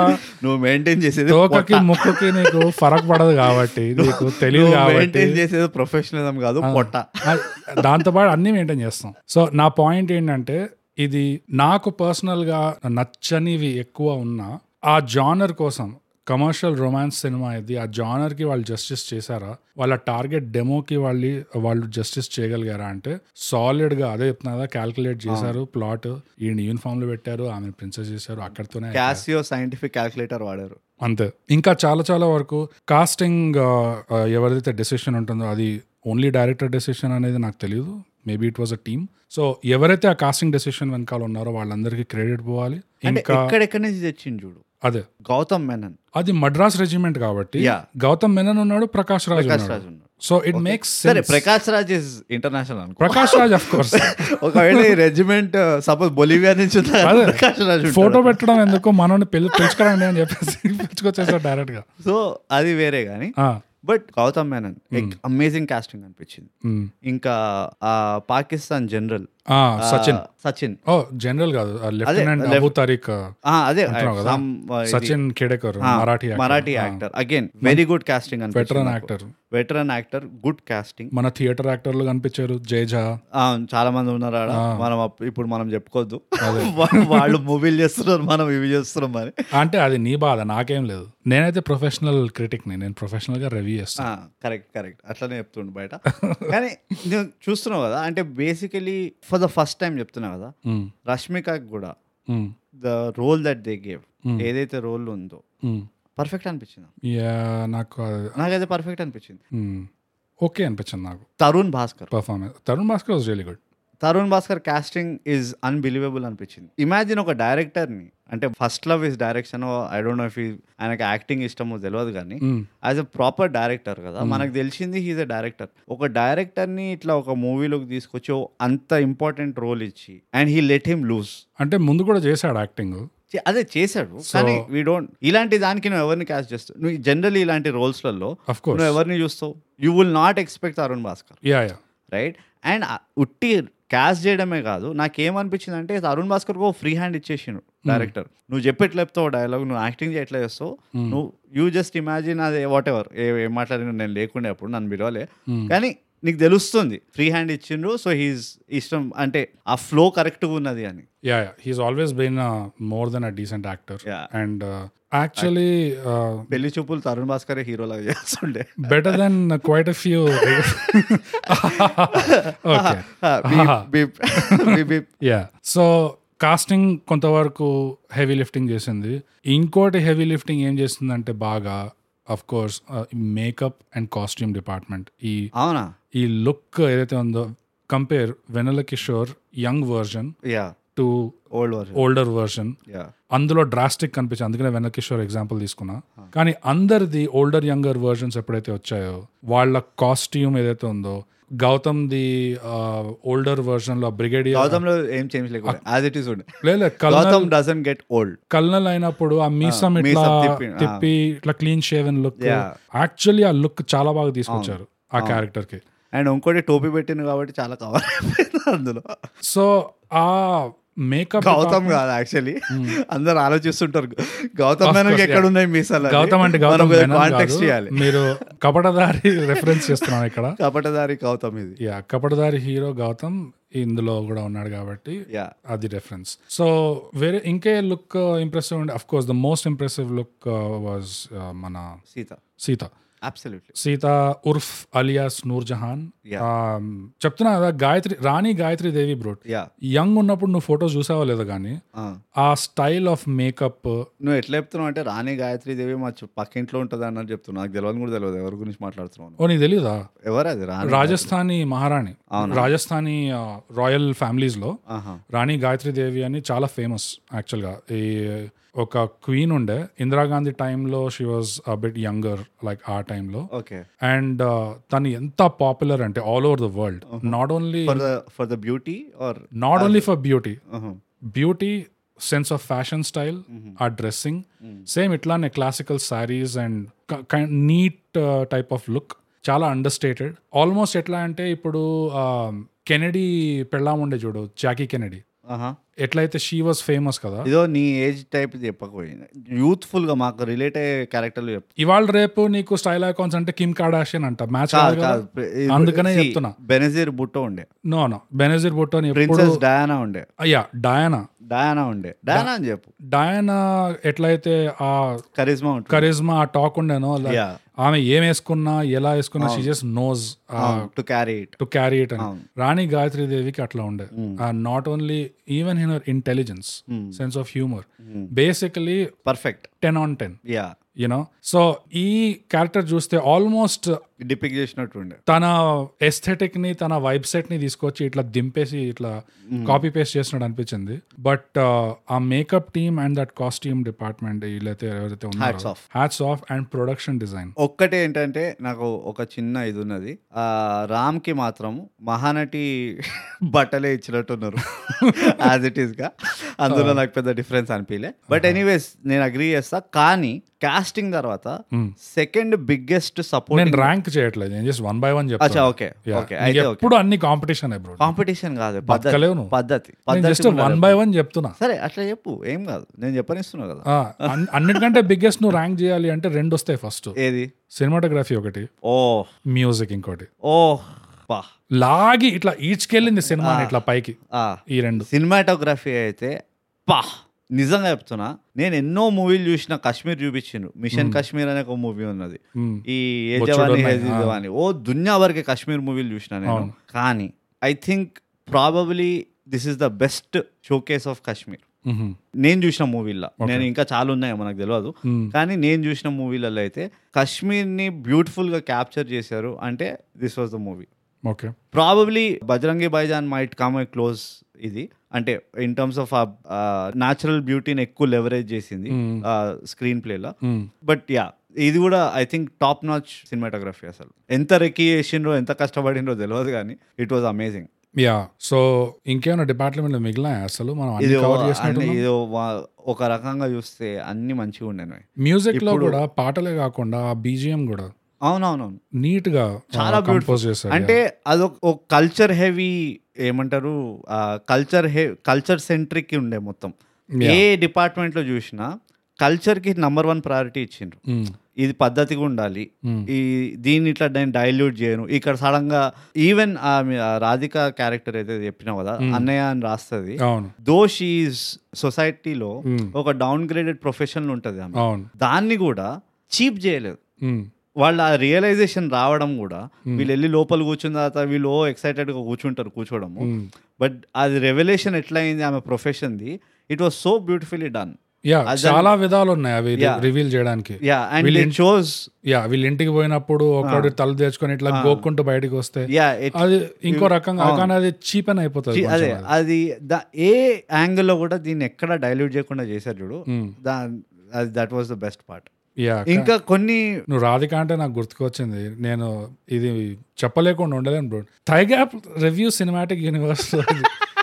Speaker 1: నువ్వు మెయింటైన్ చేసేది
Speaker 2: తోకకి ముక్కుకి నీకు ఫరక్ పడదు కాబట్టి నీకు తెలియదు కాబట్టి
Speaker 1: మెయింటైన్ చేసేది ప్రొఫెషనలిజం కాదు పొట్ట
Speaker 2: ఆ- దాంతోపాటు అన్నీ మెయింటైన్ చేస్తాం సో నా పాయింట్ ఏంటంటే ఇది నాకు పర్సనల్గా నచ్చనివి ఎక్కువ ఉన్నా ఆ జానర్ కోసం కమర్షియల్ రొమాన్స్ సినిమా ఇది ఆ జానర్కి వాళ్ళు జస్టిస్ చేశారా వాళ్ళ టార్గెట్ డెమోకి వాళ్ళు వాళ్ళు జస్టిస్ చేయగలిగారా అంటే సాలిడ్గా అదే చెప్తున్నా కదా క్యాల్కులేట్ చేశారు ప్లాట్ ఈ యూనిఫామ్లో పెట్టారు ఆమె ప్రిన్సెస్ చేశారు అక్కడితోనే
Speaker 1: క్యాసియో సైంటిఫిక్ క్యాలిక్యులేటర్ వాడారు
Speaker 2: అంతే ఇంకా చాలా చాలా వరకు కాస్టింగ్ ఎవరిదైతే డెసిషన్ ఉంటుందో అది ఓన్లీ డైరెక్టర్ డెసిషన్ అనేది నాకు తెలియదు maybe it was a team so ఎవరైతే ఆ కాస్టింగ్ డెసిషన్ వెనకాల ఉన్నారో వాళ్ళందరికీ క్రెడిట్ పోవాలి
Speaker 1: అంటే
Speaker 2: ఇంకా
Speaker 1: ఎక్కడెక్కడి నుంచి తెచ్చింది చూడు
Speaker 2: అదే
Speaker 1: గౌతమ్ మెనన్
Speaker 2: అది మద్రాస్ రెజిమెంట్ కాబట్టి
Speaker 1: Yeah.
Speaker 2: గౌతమ్ మెనన్ ఉన్నాడు ప్రకాష్ రాజ్
Speaker 1: ప్రకాష్
Speaker 2: ఉన్నాడు
Speaker 1: రాజ్ ఉన్నాడు
Speaker 2: సో ఇట్ మేక్స్
Speaker 1: సరే ప్రకాష్ రాజ్ ఇస్ ఇంటర్నేషనల్ అనుకో
Speaker 2: ప్రకాష్ రాజ్ అఫ్ కోర్స్
Speaker 1: ఒకవేళ ఈ రెజిమెంట్ సపోజ్ బొలివియా నుంచి ఉన్నా కానీ
Speaker 2: అదే.
Speaker 1: ప్రకాష్ రాజ్ ఉంటాడు.
Speaker 2: ఫోటో పెట్టడం ఎందుకు మనల్ని పిలు పిలుచుకోరండి అని చెప్పేసి పిలుచుకొచ్చేసాడు డైరెక్ట్ గా
Speaker 1: సో అది వేరే కానీ
Speaker 2: ఆ, Hmm.
Speaker 1: But Gautham Menon amazing casting అనిపించింది
Speaker 2: ఉమ్.
Speaker 1: ఇంకా ఆ పాకిస్తాన్ జనరల్
Speaker 2: ఆ, సచిన్
Speaker 1: సచిన్
Speaker 2: ఓ జనరల్ కాదు లెఫ్టినెంట్ అబూ తారీఖ్
Speaker 1: ఆ, అదే
Speaker 2: uh,
Speaker 1: uh,
Speaker 2: అంటున్నావు కదా.
Speaker 1: some, ఆ, ఇది,
Speaker 2: సచిన్ కేడేకర్
Speaker 1: ఆ,
Speaker 2: Marathi
Speaker 1: Marathi actor again very good casting
Speaker 2: veteran
Speaker 1: అనిపించింది
Speaker 2: actor
Speaker 1: veteran actor good casting
Speaker 2: మన థియేటర్ యాక్టర్లు కనిపించారు జయజా
Speaker 1: చాలా మంది ఉన్నారు ఆడ మనం అప్- ఇప్పుడు మనం చెప్పుకోవద్దు వాళ్ళు మూవీలు చేస్తున్నారు మనం ఇవి చేస్తున్నాం అని
Speaker 2: అంటే అది నీ బాధ నాకేం లేదు నేనైతే ప్రొఫెషనల్ క్రిటిక్ ని నేను ప్రొఫెషనల్ గా రివ్యూ చేస్తాను
Speaker 1: కరెక్ట్ కరెక్ట్ అట్లనే చెప్తుండు బయట కానీ నువ్వు చూస్తున్నావు కదా అంటే basically for the first time చెప్తున్నావు కదా
Speaker 2: ఉమ్,
Speaker 1: రష్మికకి కూడా
Speaker 2: um,
Speaker 1: the role that they gave
Speaker 2: Hmm.
Speaker 1: ఏదైతే రోల్ ఉందో
Speaker 2: ఉమ్.
Speaker 1: పర్ఫెక్ట్ అనిపించింది
Speaker 2: యా, నాకు అది-
Speaker 1: నాకైతే పర్ఫెక్ట్ అనిపించింది
Speaker 2: ఉమ్, ఓకే అనిపించింది నాకు
Speaker 1: Tarun Bhaskar
Speaker 2: performance Tarun Bhaskar was really good
Speaker 1: Tarun Bhaskar casting is unbelievable అనిపించింది ఇమాజిన్ ఒక డైరెక్టర్ని అంటే first love is direction I don't know if ఆయనకి యాక్టింగ్ ఇష్టమో తెలియదు కానీ యాజ్ అ ప్రాపర్ డైరెక్టర్ కదా మనకు తెలిసింది హీజ్ అ డైరెక్టర్ ఒక డైరెక్టర్ని ఇట్లా ఒక మూవీలోకి తీసుకొచ్చి ఓ అంత ఇంపార్టెంట్ రోల్ ఇచ్చి and he let him loose
Speaker 2: అంటే ముందు కూడా చేశాడు యాక్టింగ్
Speaker 1: అదే చేశాడు కానీ వీ డోంట్ ఇలాంటి దానికి నువ్వు ఎవరిని క్యాష్ చేస్తావు నువ్వు జనరల్లీ ఇలాంటి రోల్స్లలో
Speaker 2: అఫ్ కోర్స్
Speaker 1: నువ్వు ఎవరిని చూస్తావు you will not expect Arun Bhaskar
Speaker 2: yeah yeah
Speaker 1: right and uh, ఉట్టి క్యాష్ చేయడమే కాదు నాకేమనిపించింది అంటే అరుణ్ భాస్కర్ కో ఫ్రీ హ్యాండ్ ఇచ్చేసిండు డైరెక్టర్ నువ్వు చెప్పేట్లా చెప్తావు డైలాగ్ నువ్వు యాక్టింగ్ ఎట్లా చేస్తావు
Speaker 2: Hmm.
Speaker 1: నువ్వు యూ జస్ట్ ఇమాజిన్ అది వాట్ ఎవర్ ఏం మాట్లాడినా నేను లేకుండా అప్పుడు నన్ను పిలవలే
Speaker 2: Hmm.
Speaker 1: కానీ నీకు తెలుస్తుంది ఫ్రీ హ్యాండ్ ఇచ్చిండ్రు సో హీస్ ఇష్టం అంటే ఆ ఫ్లో కరెక్ట్గా ఉన్నది అని
Speaker 2: yeah yeah he's always been more than a decent actor
Speaker 1: Yeah.
Speaker 2: And actually uh,
Speaker 1: పెళ్లి చూపులు తరుణ్ భాస్కర్ హీరోలాగా చేస్తుండే
Speaker 2: better then quite a few okay
Speaker 1: ఆ, beep, beep, beep, beep.
Speaker 2: Yeah so casting కొంతవరకు హెవీ లిఫ్టింగ్ చేసింది ఇంకోటి హెవీ లిఫ్టింగ్ ఏం చేసిందంటే బాగా uh, of course makeup and costume department ఈ
Speaker 1: అవునా
Speaker 2: ఈ లుక్ ఏదైతే ఉందో compare Vennela Kishore young version
Speaker 1: yeah
Speaker 2: to
Speaker 1: old version
Speaker 2: older version
Speaker 1: yeah
Speaker 2: అందులో డ్రాస్టిక్ కనిపించింది అందుకనే వెనల కిషోర్ ఎగ్జాంపుల్ తీసుకున్నా కానీ అందరిది ఓల్డర్ యంగర్ వర్జన్స్ ఎప్పుడైతే వచ్చాయో వాళ్ళ కాస్ట్యూమ్ ఏదైతే ఉందో గౌతమ్ ది ఓల్డర్ వర్జన్ లో బ్రిగేడియర్
Speaker 1: గౌతమ్లో ఏం చేంజ్ లేకుండా యాజ్ ఇట్ ఈస్ ఉండే
Speaker 2: లేదు
Speaker 1: Gautham doesn't get old
Speaker 2: colonel అయినప్పుడు ఆ మీసం
Speaker 1: మీసం
Speaker 2: ఇట్లా
Speaker 1: తిప్పి, ఆ.
Speaker 2: తిప్పి ఇట్లా clean shaven look
Speaker 1: Yeah.
Speaker 2: Actually ఆ లుక్ చాలా బాగా తీసుకొచ్చారు ఆ క్యారెక్టర్ కి
Speaker 1: అండ్ ఇంకోటి టోపీ పెట్టింది కాబట్టి చాలా కవర్ అయిపోయింది అందులో
Speaker 2: సో ఆ మేకప్
Speaker 1: గౌతమ్ కాదు యాక్చువల్లీ
Speaker 2: Hmm.
Speaker 1: అందరు ఆలోచిస్తుంటారు గౌతమ్ మేనన్ ఎక్కడ ఉన్నాయి మీసాలు అని.
Speaker 2: గౌతమ్ అంటే
Speaker 1: మనం
Speaker 2: గౌతమ్
Speaker 1: కొంచెం
Speaker 2: మేనన్
Speaker 1: కాంటాక్ట్
Speaker 2: కాదు.
Speaker 1: చేయాలి
Speaker 2: మీరు కపటదారి రెఫరెన్స్ చేస్తున్నాను ఇక్కడ
Speaker 1: కపటదారి గౌతమ్ ఇది
Speaker 2: యా కపటదారి హీరో గౌతమ్ ఇందులో కూడా ఉన్నాడు కాబట్టి
Speaker 1: యా
Speaker 2: అది రెఫరెన్స్ సో వేరే ఇంకే లుక్ ఇంప్రెసివ్ ఉండే of course the most impressive look was uh, మన
Speaker 1: సీత
Speaker 2: సీత
Speaker 1: అబ్సల్యూట్లీ
Speaker 2: సీత ఉర్ఫ్ alias Noor Jahan
Speaker 1: Yeah.
Speaker 2: Um, చెప్తున్నా కదా గాయత్రి రాణి గాయత్రి దేవి బ్రోట్
Speaker 1: యా
Speaker 2: యంగ్ ఉన్నప్పుడు నువ్వు ఫొటోస్ చూసావో లేదో కానీ ఆ స్టైల్ ఆఫ్ మేకప్
Speaker 1: నువ్వు ఎట్లా చెప్తున్నావు అంటే రాణి గాయత్రి దేవి మా చు- పక్కింట్లో ఉంటుంది అన్నట్టు చెప్తున్నావు నాకు తెలియదు కూడా తెలియదు ఎవరి గురించి మాట్లాడుతున్నాను
Speaker 2: ఓ నీకు తెలీదా
Speaker 1: ఎవరు అది రాణి
Speaker 2: రాజస్థానీ మహారాణి రాజస్థానీ రాయల్ ఫ్యామిలీస్ లో
Speaker 1: ఆహా.
Speaker 2: రాణి గాయత్రి దేవి అని చాలా ఫేమస్ యాక్చువల్ గా ఈ ఒక క్వీన్ ఉండే ఇందిరాగాంధీ టైంలో she was bit younger like ఆ టైంలో
Speaker 1: ఓకే
Speaker 2: అండ్ uh, తను ఎంత పాపులర్ అంటే all over the world not only
Speaker 1: for the for the beauty or
Speaker 2: not only for beauty beauty sense of fashion style ఆ dressing same ఇట్లానే classical saris and neat type of look చాలా understated almost ఎట్లా అంటే ఇప్పుడు Kennedy పెళ్ళాం ఉండే చూడు Jackie Kennedy ఎట్లయితే షీ వాజ్ ఫేమస్ కదా
Speaker 1: ఇదో నీ ఏజ్ టైప్ చెప్పకపోయింది యూత్ఫుల్ గా మాకు రిలేట్ అయ్యే క్యారెక్టర్లు చెప్పు
Speaker 2: ఇవాళ రేపు నీకు స్టైల్ ఐకాన్స్ అంటే కిమ్ కార్డాషియన్ అంట మ్యాచ్
Speaker 1: కాదు కాదు
Speaker 2: అందుకనే చెప్తున్నా.
Speaker 1: బెనజీర్ బుట్టో ఉండే
Speaker 2: నో నో బెనజీర్ బుట్టోని ఎప్పుడు
Speaker 1: ప్రిన్సెస్ డయానా ఉండే
Speaker 2: అయ్యా డయానా
Speaker 1: డయానా ఉండే డయానా అని చెప్పు
Speaker 2: డయానా ఎట్లయితే ఆ
Speaker 1: కరిజ్మా ఉంటుంది
Speaker 2: కరిజ్మా ఆ టాక్ ఉండేనో అలా
Speaker 1: Yeah.
Speaker 2: ఆమె ఏం వేసుకున్నా ఎలా వేసుకున్నా she just knows
Speaker 1: to carry it
Speaker 2: to carry it అని రాణి గాయత్రి దేవికి అట్లా ఉండే
Speaker 1: Hmm.
Speaker 2: Not only even in her intelligence sense of humour
Speaker 1: Hmm.
Speaker 2: Basically
Speaker 1: perfect
Speaker 2: ten on ten
Speaker 1: yeah
Speaker 2: you know so ఈ క్యారెక్టర్ చూస్తే ఆల్మోస్ట్
Speaker 1: డిపిక్ చేసినట్టుండే
Speaker 2: తన aesthetic ని తన వైబ్ సెట్ ని తీసుకొచ్చి ఇట్లా దింపేసి ఇట్లా కాపీ పేస్ట్ చేసినట్టు అనిపించింది బట్ ఆ makeup team and that costume department వీళ్ళైతే
Speaker 1: హ్యాట్స్
Speaker 2: ఎవరైతే ఉన్నారో
Speaker 1: off
Speaker 2: hats off and production design
Speaker 1: ఒక్కటే ఏంటంటే నాకు ఒక చిన్న ఇది ఉన్నది ఆ రామ్కి మాత్రం మహానటి బట్టలే ఇచ్చినట్టున్నారు యాజ్ ఇట్ ఈస్గా అందులో నాకు పెద్ద డిఫరెన్స్ అనిపించలే బట్ ఎనీవేస్ నేను అగ్రీ చేస్తా కానీ కాస్టింగ్ తర్వాత సెకండ్ బిగ్గెస్ట్
Speaker 2: నేను
Speaker 1: సపోర్ట్
Speaker 2: ర్యాంక్ చేయట్లేదు నేను జస్ట్ వన్ బై వన్
Speaker 1: అచ్చా
Speaker 2: చెప్తాను
Speaker 1: ఓకే
Speaker 2: Yeah.
Speaker 1: ఓకే
Speaker 2: నీకు
Speaker 1: అయితే ఓకే
Speaker 2: ఎప్పుడు అన్ని కాంపిటీషన్ బ్రో
Speaker 1: కాంపిటీషన్ కాదు పద్ధతి
Speaker 2: బతకలేవు నువ్వు
Speaker 1: పద్ధతి
Speaker 2: నేను
Speaker 1: పద్ధతి
Speaker 2: జస్ట్ వన్
Speaker 1: ఉండాలి.
Speaker 2: బై వన్ చెప్తున్నా
Speaker 1: సరే అట్లా చెప్పు ఏం కాదు నేను చెప్పనిస్తున్నా కదా
Speaker 2: ఆ, అన్- అన్నిటికంటే బిగ్గెస్ట్ నువ్వు ర్యాంక్ చేయాలి అంటే రెండు వస్తాయి ఫస్ట్
Speaker 1: ఏది
Speaker 2: సినిమాటోగ్రఫీ ఒకటి
Speaker 1: ఓ
Speaker 2: మ్యూజిక్ ఇంకోటి
Speaker 1: ఓ పా
Speaker 2: లాగి ఇట్లా ఈడ్చుకెళ్ళింది సినిమా ఇట్లా పైకి
Speaker 1: ఆ
Speaker 2: ఈ రెండు
Speaker 1: సినిమాటోగ్రఫీ అయితే పా నిజంగా చెప్తున్నా నేను ఎన్నో మూవీలు చూసిన కాశ్మీర్ చూపించిండ్రు మిషన్ కాశ్మీర్ అనే ఒక మూవీ ఉన్నది
Speaker 2: మ్మ్.
Speaker 1: ఈ ఏ
Speaker 2: బొచ్చెడు
Speaker 1: జవాని
Speaker 2: ఉన్నాయి.
Speaker 1: హే జవాని ఓ దున్యా వరకే కాశ్మీర్ మూవీలు చూసిన నేను
Speaker 2: అవును.
Speaker 1: కానీ I think probably this is the best showcase of Kashmir
Speaker 2: మ్హూ.
Speaker 1: నేను చూసిన మూవీల్లో నేను ఇంకా చాలా ఉన్నాయో మనకు తెలియదు
Speaker 2: మ్మ్.
Speaker 1: కానీ నేను చూసిన మూవీలలో అయితే కాశ్మీర్ని బ్యూటిఫుల్గా క్యాప్చర్ చేశారు అంటే this was the movie
Speaker 2: okay
Speaker 1: probably Bajrangi Bhaijaan might come a close ఇది అంటే ఇన్ టర్మ్స్ ఆఫ్ ఆ న్యాచురల్ బ్యూటీని uh, ఎక్కువ లెవరేజ్ చేసింది uh,
Speaker 2: మ్మ్.
Speaker 1: స్క్రీన్ ప్లేలో
Speaker 2: మ్మ్.
Speaker 1: బట్ యా ఇది కూడా I think top notch cinematography అసలు ఎంత రెక్కి చేసిండ్రో ఎంత కష్టపడిండ్రో తెలియదు కానీ it was amazing
Speaker 2: yeah so ఇంకేమైనా డిపార్ట్మెంట్ మిగిలిన అసలు మనం
Speaker 1: ఇది
Speaker 2: అన్ని కవర్
Speaker 1: ఓ-
Speaker 2: చేసినట్టు
Speaker 1: అన్ని- ఇది వా- ఒక రకంగా చూస్తే అన్ని మంచిగా ఉండేవి
Speaker 2: మ్యూజిక్ లో
Speaker 1: ఇప్పుడు-
Speaker 2: కూడా పాటలే కాకుండా బీజిఎం కూడా
Speaker 1: అవునవునవును
Speaker 2: నీట్ గా
Speaker 1: చాలా beautiful.
Speaker 2: కంపోజ్ చేశారు
Speaker 1: అంటే అది ఒక కల్చర్ హెవీ ఏమంటారు కల్చర్ హె కల్చర్ సెంట్రిక్ ఉండే మొత్తం
Speaker 2: Yeah.
Speaker 1: ఏ డిపార్ట్మెంట్ లో చూసినా కల్చర్ కి నంబర్ వన్ ప్రయారిటీ ఇచ్చిండ్రు
Speaker 2: మ్మ్.
Speaker 1: ఇది పద్ధతిగా ఉండాలి
Speaker 2: మ్మ్.
Speaker 1: ఈ దీన్ని ఇట్లా నేను డైల్యూట్ చేయను ఇక్కడ సడన్ గా ఈవెన్ రాధిక క్యారెక్టర్ అయితే చెప్పినావు కదా
Speaker 2: Hmm.
Speaker 1: అన్నయ్య అని రాస్తుంది
Speaker 2: అవును
Speaker 1: దోష్ ఈజ్ సొసైటీలో
Speaker 2: Mm.
Speaker 1: ఒక డౌన్ గ్రేడెడ్ ప్రొఫెషన్ ఉంటుంది ఆమె
Speaker 2: అవును
Speaker 1: దాన్ని కూడా చీప్ చేయలేదు
Speaker 2: మ్మ్.
Speaker 1: వాళ్ళ ఆ రియలైజేషన్ రావడం కూడా వీళ్ళు వెళ్ళి లోపల కూర్చున్న తర్వాత వీళ్ళు ఓ ఎక్సైటెడ్గా కూర్చుంటారు కూర్చోవడము
Speaker 2: మ్మ్.
Speaker 1: బట్ అది రెవల్యూషన్ ఎట్లా అయింది ఆమె ప్రొఫెషన్ది it was so beautifully done
Speaker 2: yeah
Speaker 1: అదే-
Speaker 2: చాలా విధాలు ఉన్నాయి అవి
Speaker 1: Yeah.
Speaker 2: రివీల్ చేయడానికి
Speaker 1: యా అండ్
Speaker 2: వీళ్ళు
Speaker 1: దే షోస్
Speaker 2: యా వీళ్ళ ఇంటికి పోయినప్పుడు ఒకడు తల తెచ్చుకొని ఇట్లా గోక్కుంటూ బయటకు వస్తే
Speaker 1: యా ఇట్
Speaker 2: అది ఇంకో రకంగా కానీ అది చీప్ అని అయిపోతుంది
Speaker 1: అదే
Speaker 2: కొంచెం అది.
Speaker 1: అది ద- ఏ యాంగిల్లో కూడా దీన్ని ఎక్కడ డైల్యూట్ చేయకుండా చేశారు చూడు
Speaker 2: Mm.
Speaker 1: దా that was the best part
Speaker 2: yeah
Speaker 1: ఇంకా కొన్ని
Speaker 2: నువ్వు రాధిక అంటే నాకు గుర్తుకొచ్చింది నేను ఇది చెప్పలేకుండా ఉండలేను bro thigh gap review cinematic universe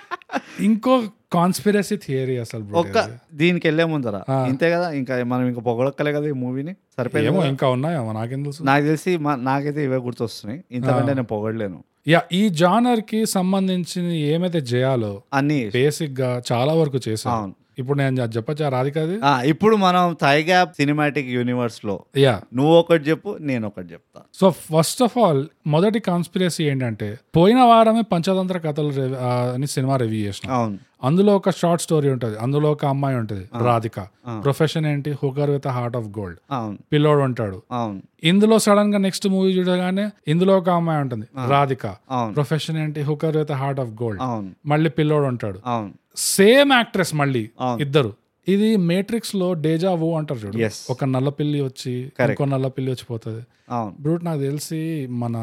Speaker 2: ఇంకో కాన్స్పిరసీ థియరీ అసలు బ్రో
Speaker 1: ఒక్క దీనికి వెళ్ళే ముందర
Speaker 2: ఆ.
Speaker 1: ఇంతే కదా ఇంకా మనం ఇంకా పొగడక్కలే కదా ఈ మూవీని
Speaker 2: ఏమో
Speaker 1: సరిపోయింది
Speaker 2: ఇంకా ఉన్నాయేమో నాకేం తెలుసు
Speaker 1: నాకు తెలిసి మా- నాకైతే ఇవే గుర్తొస్తున్నాయి ఇంతకంటే నేను పొగడలేను
Speaker 2: యా ఈ జానర్ కి సంబంధించిన ఏమైతే చేయాలో
Speaker 1: అన్ని
Speaker 2: బేసిక్ గా చాలా వరకు చేశాను
Speaker 1: అవును.
Speaker 2: ఇప్పుడు నేను చెప్పచ్చా రాధికది
Speaker 1: ఆ, ఇప్పుడు మనం థైగ్యాప్ సినిమాటిక్ యూనివర్స్ లో
Speaker 2: యా
Speaker 1: నువ్వు ఒకటి చెప్పు నేను ఒకటి చెప్తా
Speaker 2: సో ఫస్ట్ ఆఫ్ ఆల్ మొదటి కాన్స్పిరసీ ఏంటంటే పోయిన వారమే పంచతంత్ర కథలు rev- ఆ, అని సినిమా రివ్యూ చేసిన
Speaker 1: అవును
Speaker 2: అందులో ఒక షార్ట్ స్టోరీ ఉంటుంది అందులో ఒక అమ్మాయి ఉంటుంది రాధిక ప్రొఫెషన్ ఏంటి hooker with heart of gold
Speaker 1: అవును
Speaker 2: పిల్లోడు ఉంటాడు
Speaker 1: అవును
Speaker 2: ఇందులో సడన్ గా నెక్స్ట్ మూవీ చూడగానే ఇందులో ఒక అమ్మాయి ఉంటుంది రాధిక
Speaker 1: అవును.
Speaker 2: ప్రొఫెషన్ ఏంటి hooker with heart of gold
Speaker 1: అవును
Speaker 2: మళ్ళీ పిల్లోడు ఉంటాడు
Speaker 1: అవును
Speaker 2: సేమ్ యాక్ట్రెస్ మళ్ళీ
Speaker 1: అవును.
Speaker 2: ఇద్దరు ఇది మేట్రిక్స్ లో డేజా వో అంటారు చూడు
Speaker 1: Yes.
Speaker 2: ఒక నల్ల పిల్లి వచ్చి ఇంకో నల్ల పిల్లి వచ్చి పోతుంది
Speaker 1: అవును
Speaker 2: బ్రూట్ నాకు తెలిసి మన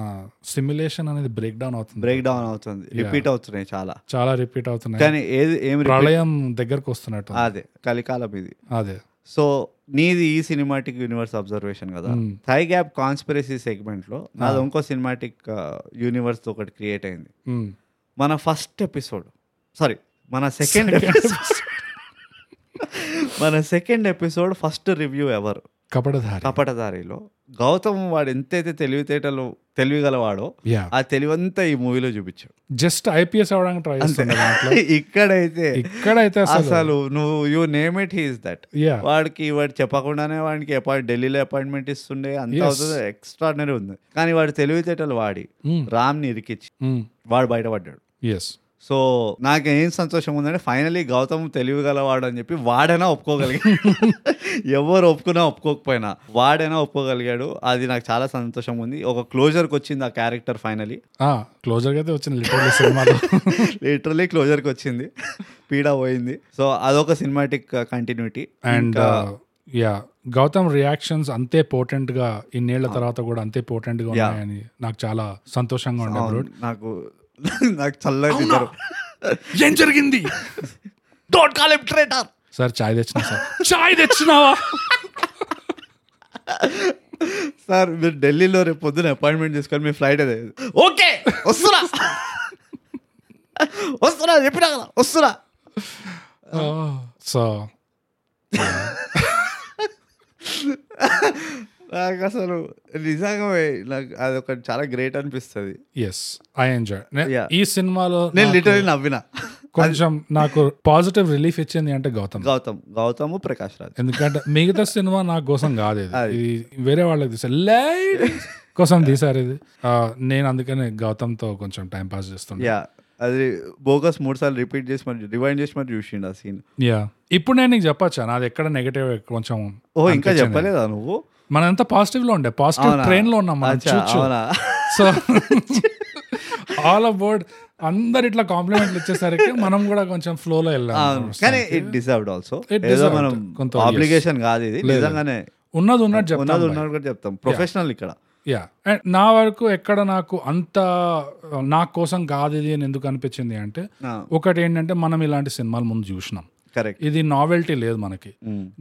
Speaker 2: సిమ్యులేషన్ అనేది బ్రేక్ డౌన్ అవుతుంది
Speaker 1: బ్రేక్ డౌన్ అవుతుంది రిపీట్ అవుతున్నాయి చాలా
Speaker 2: చాలా రిపీట్ అవుతున్నాయి
Speaker 1: కానీ ఏది ఏం repeat-
Speaker 2: ప్రళయం దగ్గరకు వస్తున్నట్టు
Speaker 1: అదే కలికాలం ఇది
Speaker 2: అదే
Speaker 1: సో నీది ఈ సినిమాటిక్ యూనివర్స్ అబ్జర్వేషన్ కదా థై గ్యాప్ కాన్స్పిరసీ సెగ్మెంట్ లో నాది ఇంకో సినిమాటిక్ యూనివర్స్ ఒకటి క్రియేట్ అయింది
Speaker 2: మ్మ్.
Speaker 1: మన ఫస్ట్ ఎపిసోడ్ సారీ మన సెకండ్ ఎపిసోడ్ మన సెకండ్ ఎపిసోడ్ ఫస్ట్ రివ్యూ ఎవరు
Speaker 2: కపటధారి
Speaker 1: కపటదారిలో గౌతమ్ వాడు ఎంతైతే తెలివితేటలు తెలివిగలవాడో
Speaker 2: యా
Speaker 1: ఆ తెలివంతా ఈ మూవీలో చూపించాడు
Speaker 2: జస్ట్ ఐపీఎస్ అవడానికి ట్రై చేస్తుండే దాంట్లో
Speaker 1: ఇక్కడైతే
Speaker 2: ఇక్కడైతే అసలు
Speaker 1: అసలు నువ్వు you name it he's that
Speaker 2: yeah
Speaker 1: వాడికి వాడు చెప్పకుండానే వాడికి అపాయింట్ ఢిల్లీలో అపాయింట్మెంట్ ఇస్తుండే అంత
Speaker 2: Yes.
Speaker 1: అవుతుంది ఎక్స్ట్రాడినరీ ఉంది కానీ వాడు తెలివితేటలు వాడి
Speaker 2: Hmm.
Speaker 1: రామ్ని ఇరికిచ్చి
Speaker 2: Mm,
Speaker 1: వాడు బయటపడ్డాడు
Speaker 2: ఎస్
Speaker 1: సో నాకు ఏం సంతోషం ఉందంటే ఫైనలీ గౌతమ్ తెలివిగలవాడు అని చెప్పి వాడైనా ఒప్పుకోగలిగాడు ఎవరు ఒప్పుకున్నా ఒప్పుకోకపోయినా వాడైనా ఒప్పుకోగలిగాడు అది నాకు చాలా సంతోషం ఉంది ఒక క్లోజర్కి వచ్చింది ఆ క్యారెక్టర్ ఫైనలీ
Speaker 2: క్లోజర్ గా అయితే వచ్చింది లిటరల్ సినిమాలో
Speaker 1: లిటరలీ క్లోజర్కి వచ్చింది పీడ పోయింది సో అదొక cinematic continuity
Speaker 2: and yeah Gautham reactions అంతే పోటెంట్ గా ఇన్నేళ్ల తర్వాత కూడా అంతే పోటెంట్ గా
Speaker 1: Yeah.
Speaker 2: ఉన్నాయని నాకు చాలా సంతోషంగా ఉండే బ్రో
Speaker 1: అవును, నాకు నాకు చల్లగా నిద్ర-
Speaker 2: ఏం జరిగింది
Speaker 1: Don't call him traitor.
Speaker 2: Sir చాయ్ తెచ్చినా సార్ చాయ్ తెచ్చినావా
Speaker 1: సార్ మీరు ఢిల్లీలో రేపు పొద్దున అపాయింట్మెంట్ తీసుకొని మీ ఫ్లైట్ అదే ఓకే వస్తున్నా వస్తున్నా చెప్పినా కదా వస్తున్నా
Speaker 2: సో
Speaker 1: నాకు అసలు నిజంగా నాకు అది ఒక చాలా గ్రేట్ అనిపిస్తుంది
Speaker 2: ఎస్ ఐ ఎంజాయ్
Speaker 1: Yeah.
Speaker 2: ఈ సినిమాలో
Speaker 1: నేను
Speaker 2: నాకు
Speaker 1: లిటరలీ నవ్విన
Speaker 2: కొంచెం నాకు పాజిటివ్ రిలీఫ్ ఇచ్చింది అంటే గౌతమ్
Speaker 1: గౌతమ్ గౌతమ్ ప్రకాష్ రాజ్
Speaker 2: ఎందుకంటే మిగతా సినిమా నా కోసం కాదు ఇది
Speaker 1: అది.
Speaker 2: ఇది వేరే వాళ్ళకి తీసారు Ladies కోసం తీసారు ఇది ఆ, నేను అందుకనే గౌతమ్తో కొంచెం టైం పాస్ చేస్తున్నా
Speaker 1: యా అది బోగస్ మూడు సార్లు రిపీట్ చేసి మరి రివైండ్ చేసి మరి చూసిండు ఆ సీన్
Speaker 2: యా ఇప్పుడు నేను నీకు చెప్పచ్చా నాది ఎక్కడ నెగటివ్ కొంచెం
Speaker 1: ఓ ఇంకా
Speaker 2: అనిపించింది.
Speaker 1: చెప్పలేదా నువ్వు
Speaker 2: మనంతా పాజిటివ్ లో ఉండే పాజిటివ్
Speaker 1: అవునా?
Speaker 2: ట్రైన్ లో ఉన్నాం మనం
Speaker 1: అచ్చా,
Speaker 2: చూచు
Speaker 1: అవునా
Speaker 2: సో ఆల్ అబౌట్ అందరు ఇట్లా కాంప్లిమెంట్లు ఇచ్చేసరికి మనం కూడా కొంచెం ఫ్లో లో
Speaker 1: అవును
Speaker 2: వెళ్ళాం
Speaker 1: కానీ ఇట్ డిజర్వ్డ్ ఆల్సో
Speaker 2: It
Speaker 1: ఏదో
Speaker 2: deserved.
Speaker 1: మనం
Speaker 2: కొంత
Speaker 1: ఆబ్లిగేషన్ కాదు ఇది
Speaker 2: లేదు.
Speaker 1: నిజంగానే
Speaker 2: ఉన్నది ఉన్నట్టు
Speaker 1: ఉన్నది
Speaker 2: చెప్తాను
Speaker 1: ఉన్నది కూడా చెప్తాం ప్రొఫెషనల్ ఇక్కడ
Speaker 2: యా అండ్ నా వరకు ఎక్కడ నాకు అంత ఆ, నా కోసం కాదు ఇది అని ఎందుకు అనిపించింది అంటే ఒకటి ఏంటంటే మనం ఇలాంటి సినిమాలు ముందు చూసినాం
Speaker 1: కరెక్ట్
Speaker 2: ఇది నావెల్టీ లేదు మనకి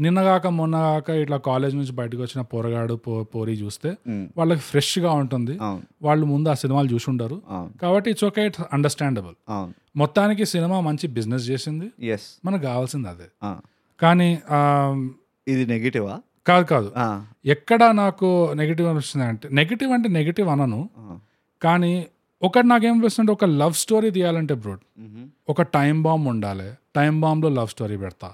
Speaker 2: నిన్నగాక మొన్నగాక ఇట్లా కాలేజ్ నుంచి బయటకు వచ్చిన పోరగాడు పో పోరి చూస్తే
Speaker 1: Mm.
Speaker 2: వాళ్ళకి ఫ్రెష్గా ఉంటుంది
Speaker 1: అవును
Speaker 2: వాళ్ళు ముందు ఆ సినిమాలు చూసి ఉండరు
Speaker 1: అవును
Speaker 2: కాబట్టి ఇట్స్ ఓకే ఇట్స్ అండర్స్టాండబుల్
Speaker 1: అవును
Speaker 2: మొత్తానికి సినిమా మంచి బిజినెస్ చేసింది
Speaker 1: ఎస్
Speaker 2: మనకు కావాల్సింది అదే కానీ ఆ,
Speaker 1: ఇది నెగిటివా
Speaker 2: కాదు కాదు ఎక్కడ నాకు నెగిటివ్ అనిపిస్తుంది అంటే నెగిటివ్ అంటే నెగిటివ్ అనను కానీ ఒకటి నాకేం అనిపిస్తుంది ఒక లవ్ స్టోరీ తీయాలంటే బ్రోడ్ ఒక టైం బాంబ్ ఉండాలి టైం బాంబ్లో లవ్ స్టోరీ పెడతా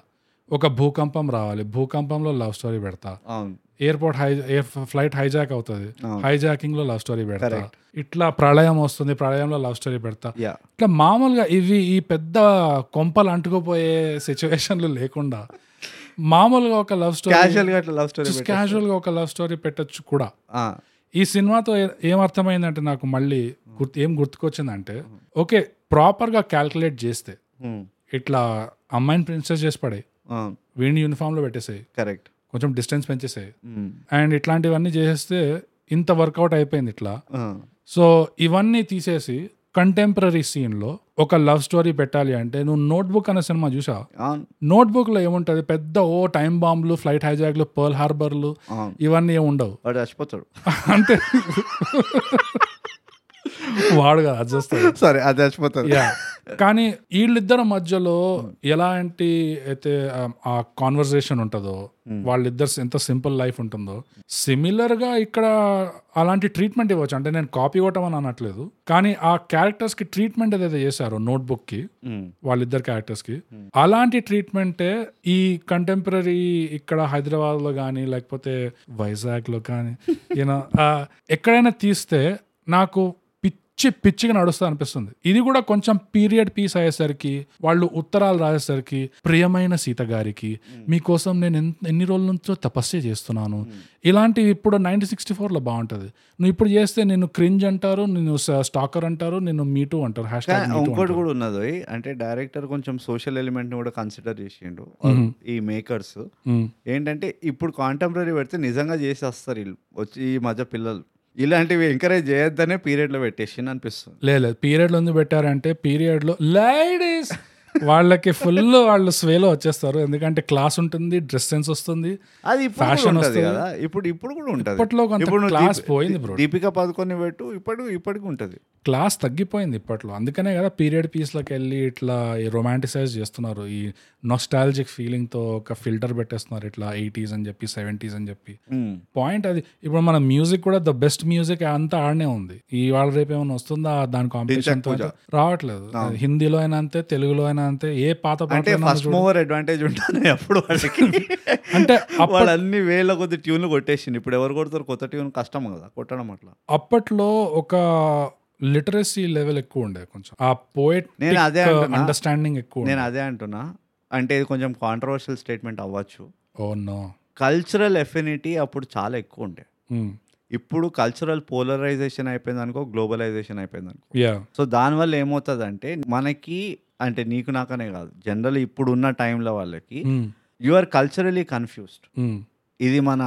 Speaker 2: ఒక భూకంపం రావాలి భూకంపంలో లవ్ స్టోరీ పెడతా
Speaker 1: అవును
Speaker 2: ఎయిర్పోర్ట్ హై ఎయిర్ ఫ్లైట్ హైజాక్ అవుతుంది
Speaker 1: అవును.
Speaker 2: హైజాకింగ్ లో లవ్ స్టోరీ పెడతా
Speaker 1: Correct.
Speaker 2: ఇట్లా ప్రళయం వస్తుంది ప్రళయంలో లవ్ స్టోరీ పెడతా
Speaker 1: యా
Speaker 2: ఇట్లా మామూలుగా ఇవి ఈ పెద్ద కొంపలు అంటుకుపోయే సిచ్యువేషన్లు లేకుండా మామూలుగా ఒక లవ్ స్టోరీ
Speaker 1: క్యాజువల్ గా అట్లా లవ్ స్టోరీ
Speaker 2: క్యాజువల్ గా ఒక లవ్ స్టోరీ పెట్టొచ్చు కూడా ఈ సినిమాతో ఏ- ఏం అర్థమైందంటే నాకు మళ్ళీ గుర్తు ఏం గుర్తుకొచ్చిందంటే ఓకే ప్రాపర్ గా క్యాల్కులేట్ చేస్తే
Speaker 1: Hmm.
Speaker 2: ఇట్లా అమ్మాయిని ప్రిన్సెస్ చేసి పడే
Speaker 1: Ah,
Speaker 2: వీడిని యూనిఫామ్ లో పెట్టేసాయి
Speaker 1: కరెక్ట్
Speaker 2: కొంచెం డిస్టెన్స్ పెంచేసాయి
Speaker 1: Hmm.
Speaker 2: అండ్ ఇట్లాంటివన్నీ చేసేస్తే ఇంత వర్కౌట్ అయిపోయింది ఇట్లా
Speaker 1: Ah,
Speaker 2: సో ఇవన్నీ తీసేసి కంటెంపరీ సీన్లో ఒక లవ్ స్టోరీ పెట్టాలి అంటే నువ్వు నోట్బుక్ అనే సినిమా చూసా
Speaker 1: అవును
Speaker 2: నోట్బుక్లో ఏముంటుంది పెద్ద ఓ టైం బాంబులు ఫ్లైట్ హైజాక్లు పర్ల్ హార్బర్లు
Speaker 1: అవును
Speaker 2: ఇవన్నీ ఏమి ఉండవు
Speaker 1: వాడు చచ్చిపోతాడు
Speaker 2: అంతే వాడు కదా అది చేస్తాడు
Speaker 1: సారీ అది చచ్చిపోతాడు
Speaker 2: యా కానీ వీళ్ళిద్దరి మధ్యలో ఎలాంటి అయితే ఆ- ఆ కాన్వర్సేషన్ ఉంటుందో వాళ్ళిద్దరు ఎంత సింపుల్ లైఫ్ ఉంటుందో సిమిలర్ గా ఇక్కడ అలాంటి ట్రీట్మెంట్ ఇవ్వచ్చు అంటే నేను కాపీ ఇవ్వటం అని అనట్లేదు కానీ ఆ క్యారెక్టర్స్ కి ట్రీట్మెంట్ ఏదైతే చేశారో నోట్బుక్ కి వాళ్ళిద్దరు క్యారెక్టర్స్ కి
Speaker 1: Hmm.
Speaker 2: అలాంటి ట్రీట్మెంటే ఈ కంటెంపరీ ఇక్కడ హైదరాబాద్ లో కానీ లేకపోతే వైజాగ్ లో కానీ యూనో ఎక్కడైనా తీస్తే నాకు పిచ్చి పిచ్చిగా నడుస్తా అనిపిస్తుంది ఇది కూడా కొంచెం పీరియడ్ పీస్ అయ్యేసరికి వాళ్ళు ఉత్తరాలు రాసేసరికి ప్రియమైన సీత గారికి
Speaker 1: Hmm.
Speaker 2: మీకోసం నేను ఎన్- ఎన్ని రోజుల నుంచో తపస్సు చేస్తున్నాను
Speaker 1: Hmm.
Speaker 2: ఇలాంటివి ఇప్పుడు నైన్టీన్ సిక్స్టీ ఫోర్లో బాగుంటుంది నువ్వు ఇప్పుడు చేస్తే నేను క్రింజ్ అంటారు నేను స్టాకర్ అంటారు నేను మీటూ అంటారు హ్యాష్
Speaker 1: కానీ ఇంకోటి
Speaker 2: ట్యాగ్
Speaker 1: కూడా ఉన్నది అంటే డైరెక్టర్ కొంచెం సోషల్ ఎలిమెంట్ ని కూడా కన్సిడర్ చేసిండు
Speaker 2: Hmm.
Speaker 1: ఈ మేకర్స్ ఏంటంటే ఇప్పుడు కాంటెంపరీ పెడితే నిజంగా చేసి వస్తారు వీళ్ళు వచ్చి ఈ మధ్య పిల్లలు ఇలాంటివి ఎంకరేజ్ చేయొద్దనే పీరియడ్ లో పెట్టేసి అనిపిస్తుంది
Speaker 2: లేదు పీరియడ్లో ఎందుకు పెట్టారంటే పీరియడ్లో లేడీస్ వాళ్ళకి ఫుల్ వాళ్ళు స్వేలో వచ్చేస్తారు ఎందుకంటే క్లాస్ ఉంటుంది డ్రెస్ సెన్స్ వస్తుంది
Speaker 1: అది ఇప్పుడు కూడా
Speaker 2: Fashion
Speaker 1: ఉంటది
Speaker 2: వస్తుంది.
Speaker 1: కదా ఇప్పుడు ఇప్పుడు కూడా ఉంటది
Speaker 2: ఇప్పట్లో కొంత
Speaker 1: నువ్వు
Speaker 2: class
Speaker 1: దీపి-
Speaker 2: పోయింది bro.
Speaker 1: దీపికా పదుకొని పెట్టు ఇప్పుడు ఇప్పటికి ఉంటది
Speaker 2: క్లాస్ తగ్గిపోయింది ఇప్పట్లో అందుకనే కదా పీరియడ్ పీస్లోకి వెళ్ళి ఇట్లా రొమాంటిసైజ్ చేస్తున్నారు ఈ నొస్టాలజిక్ ఫీలింగ్తో ఒక ఫిల్టర్ పెట్టేస్తున్నారు ఇట్లా ఎయిటీస్ అని చెప్పి సెవెంటీస్ అని చెప్పి
Speaker 1: Hmm.
Speaker 2: పాయింట్ అది ఇప్పుడు మన మ్యూజిక్ కూడా ద బెస్ట్ మ్యూజిక్ అంతా ఆడనే ఉంది ఈ వాళ్ళ రేపు ఏమైనా వస్తుందా దాని కాంపిటీషన్
Speaker 1: పూజ.
Speaker 2: రావట్లేదు అది హిందీలో అయినా అంతే తెలుగులో అయినా అంతే ఏ పాత
Speaker 1: అంటే
Speaker 2: పాటలైనా
Speaker 1: ఫస్ట్ మూవర్ అడ్వాంటేజ్ ఉంటుంది అప్పుడు వాళ్ళకి
Speaker 2: అంటే
Speaker 1: వాళ్ళు అన్ని వేల కొద్ది ట్యూన్లు కొట్టేసింది ఇప్పుడు ఎవరు కొడతారు కొత్త ట్యూన్ కష్టం కదా కొట్టడం అట్లా
Speaker 2: అప్పట్లో ఒక లిటరసీ లెవెల్ ఎక్కువ ఉండే కొంచెం ఆ పోయిట్
Speaker 1: నేను అదే అంటున్నా.
Speaker 2: అండర్స్టాండింగ్ ఎక్కువ
Speaker 1: నేను అదే అంటున్నా అంటే ఇది కొంచెం కాంట్రవర్షియల్ స్టేట్మెంట్ అవ్వచ్చు
Speaker 2: ఓ నో
Speaker 1: కల్చరల్ ఎఫినిటీ అప్పుడు చాలా ఎక్కువ ఉండే
Speaker 2: Hmm.
Speaker 1: ఇప్పుడు కల్చరల్ పోలరైజేషన్ అయిపోయింది అనుకో గ్లోబలైజేషన్ అయిపోయింది అనుకో
Speaker 2: యా
Speaker 1: సో దానివల్ల
Speaker 2: Hmm.
Speaker 1: ఏమవుతుందంటే మనకి అంటే నీకు నాకనే కాదు జనరల్ ఇప్పుడు ఉన్న టైంలో వాళ్ళకి యు ఆర్ కల్చరలీ కన్ఫ్యూజ్డ్
Speaker 2: మ్మ్.
Speaker 1: ఇది మన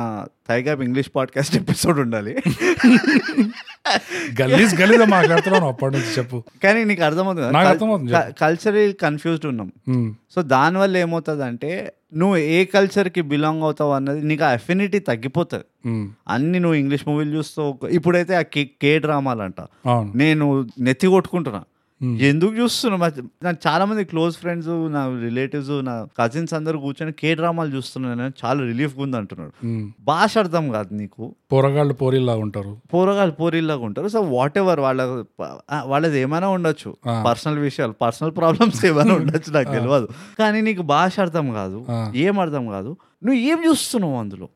Speaker 1: థైగాబ్ ఇంగ్లీష్ పాడ్కాస్ట్ ఎపిసోడ్ ఉండాలి
Speaker 2: గలీజ్ గలీజ్ మాట్లాడుతున్నాను అప్పటి నుంచి చెప్పు
Speaker 1: కానీ నీకు అర్థమవుతుంది
Speaker 2: నాకు అర్థమవుతుంది, చెప్పు.
Speaker 1: కల్చరలీ కన్ఫ్యూజ్డ్ ఉన్నాం
Speaker 2: మ్మ్.
Speaker 1: సో దానివల్ల ఏమవుతుందంటే నువ్వు ఏ కల్చర్కి బిలాంగ్ అవుతావు అన్నది నీకు ఆ అఫినిటీ తగ్గిపోతుంది
Speaker 2: మ్మ్.
Speaker 1: అన్ని నువ్వు ఇంగ్లీష్ మూవీలు చూస్తావు ఇప్పుడైతే ఆ కే కే డ్రామాలంట
Speaker 2: అవును
Speaker 1: నేను నెత్తి కొట్టుకుంటున్నా
Speaker 2: Hmm.
Speaker 1: ఎందుకు చూస్తున్నా మరి నాకు చాలా మంది క్లోజ్ ఫ్రెండ్స్ నా రిలేటివ్స్ నా కజిన్స్ అందరూ కూర్చొని కే డ్రామాలు చూస్తున్నాను చాలా రిలీఫ్గా ఉంది అంటున్నాడు
Speaker 2: మ్మ్.
Speaker 1: భాష అర్థం కాదు నీకు
Speaker 2: Hmm. పోరగాళ్ళు పోరీలా ఉంటారు
Speaker 1: పూరగాలు పూరిలాగా ఉంటారు సో వాట్ ఎవర్ వాళ్ళ ఆ, వాళ్ళది ఏమైనా ఉండొచ్చు
Speaker 2: Ah.
Speaker 1: పర్సనల్ విషయాలు పర్సనల్ ప్రాబ్లమ్స్ ఏమైనా ఉండొచ్చు నాకు తెలియదు కానీ నీకు భాష అర్థం కాదు
Speaker 2: Ah.
Speaker 1: ఏం అర్థం కాదు నువ్వు ఏం చూస్తున్నావు అందులో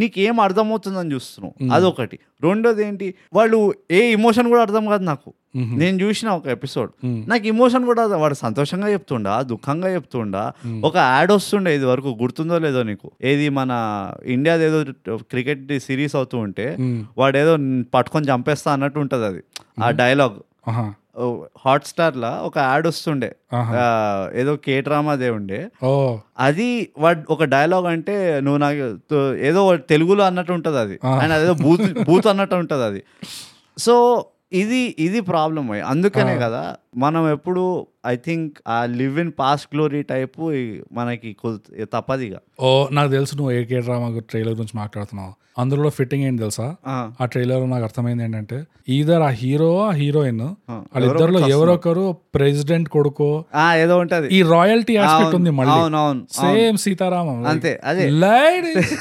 Speaker 1: నీకు ఏం అర్థమవుతుందని చూస్తున్నావు అదొకటి రెండోది ఏంటి వాళ్ళు ఏ ఇమోషన్ కూడా అర్థం కాదు నాకు
Speaker 2: మ్మ్.
Speaker 1: నేను చూసిన ఒక ఎపిసోడ్
Speaker 2: Hmm.
Speaker 1: నాకు ఇమోషన్ కూడా అర్థం- వాడు సంతోషంగా చెప్తుండా దుఃఖంగా చెప్తుండా ఒక యాడ్ వస్తుండే ఇది వరకు గుర్తుందో లేదో నీకు ఏది మన ఇండియాది ఏదో క్రికెట్ సిరీస్ అవుతూ ఉంటే
Speaker 2: మ్మ్.
Speaker 1: వాడేదో న్- పట్టుకొని చంపేస్తా అన్నట్టు ఉంటుంది అది ఆ డైలాగ్
Speaker 2: ఆహా.
Speaker 1: హాట్స్టార్లో ఒక యాడ్ వస్తుండే
Speaker 2: ఆహా.
Speaker 1: ఆ, ఏదో కే డ్రామాదే ఉండే
Speaker 2: ఓ
Speaker 1: అది వాడు ఒక డైలాగ్ అంటే నువ్వు నాకు తో- ఏదో ఒకటి తెలుగులో అన్నట్టు ఉంటుంది అది
Speaker 2: ఆ.
Speaker 1: అండ్ అదేదో బూత్ బూత్ అన్నట్టు ఉంటుంది అది సో ఇది ఇది ప్రాబ్లం అయ్యి అందుకనే కదా మనం ఎప్పుడు ఐ థింక్ ఆ live in past glory type మనకి కుద్- తప్పదిగా
Speaker 2: ఓ నాకు తెలుసు నువ్వు ఏకే డ్రామా ట్రైలర్ గురించి మాట్లాడుతున్నావు అందులో ఫిట్టింగ్ ఏంటి తెలుసా
Speaker 1: ఆ,
Speaker 2: ఆ ట్రైలర్ నాకు అర్థమైంది ఏంటంటే either uh hero uh heroine
Speaker 1: ఆ.
Speaker 2: వాళ్ళిద్దరిలో ఎవరో ఒకరు ప్రెసిడెంట్ కొడుకో
Speaker 1: ఆ, ఏదో ఉంటుంది
Speaker 2: ఈ రాయల్టీ ఆస్పెక్ట్ ఉంది మళ్ళీ
Speaker 1: అవునవును
Speaker 2: సేమ్ సీతారామం
Speaker 1: అంతే అదే
Speaker 2: Ladies.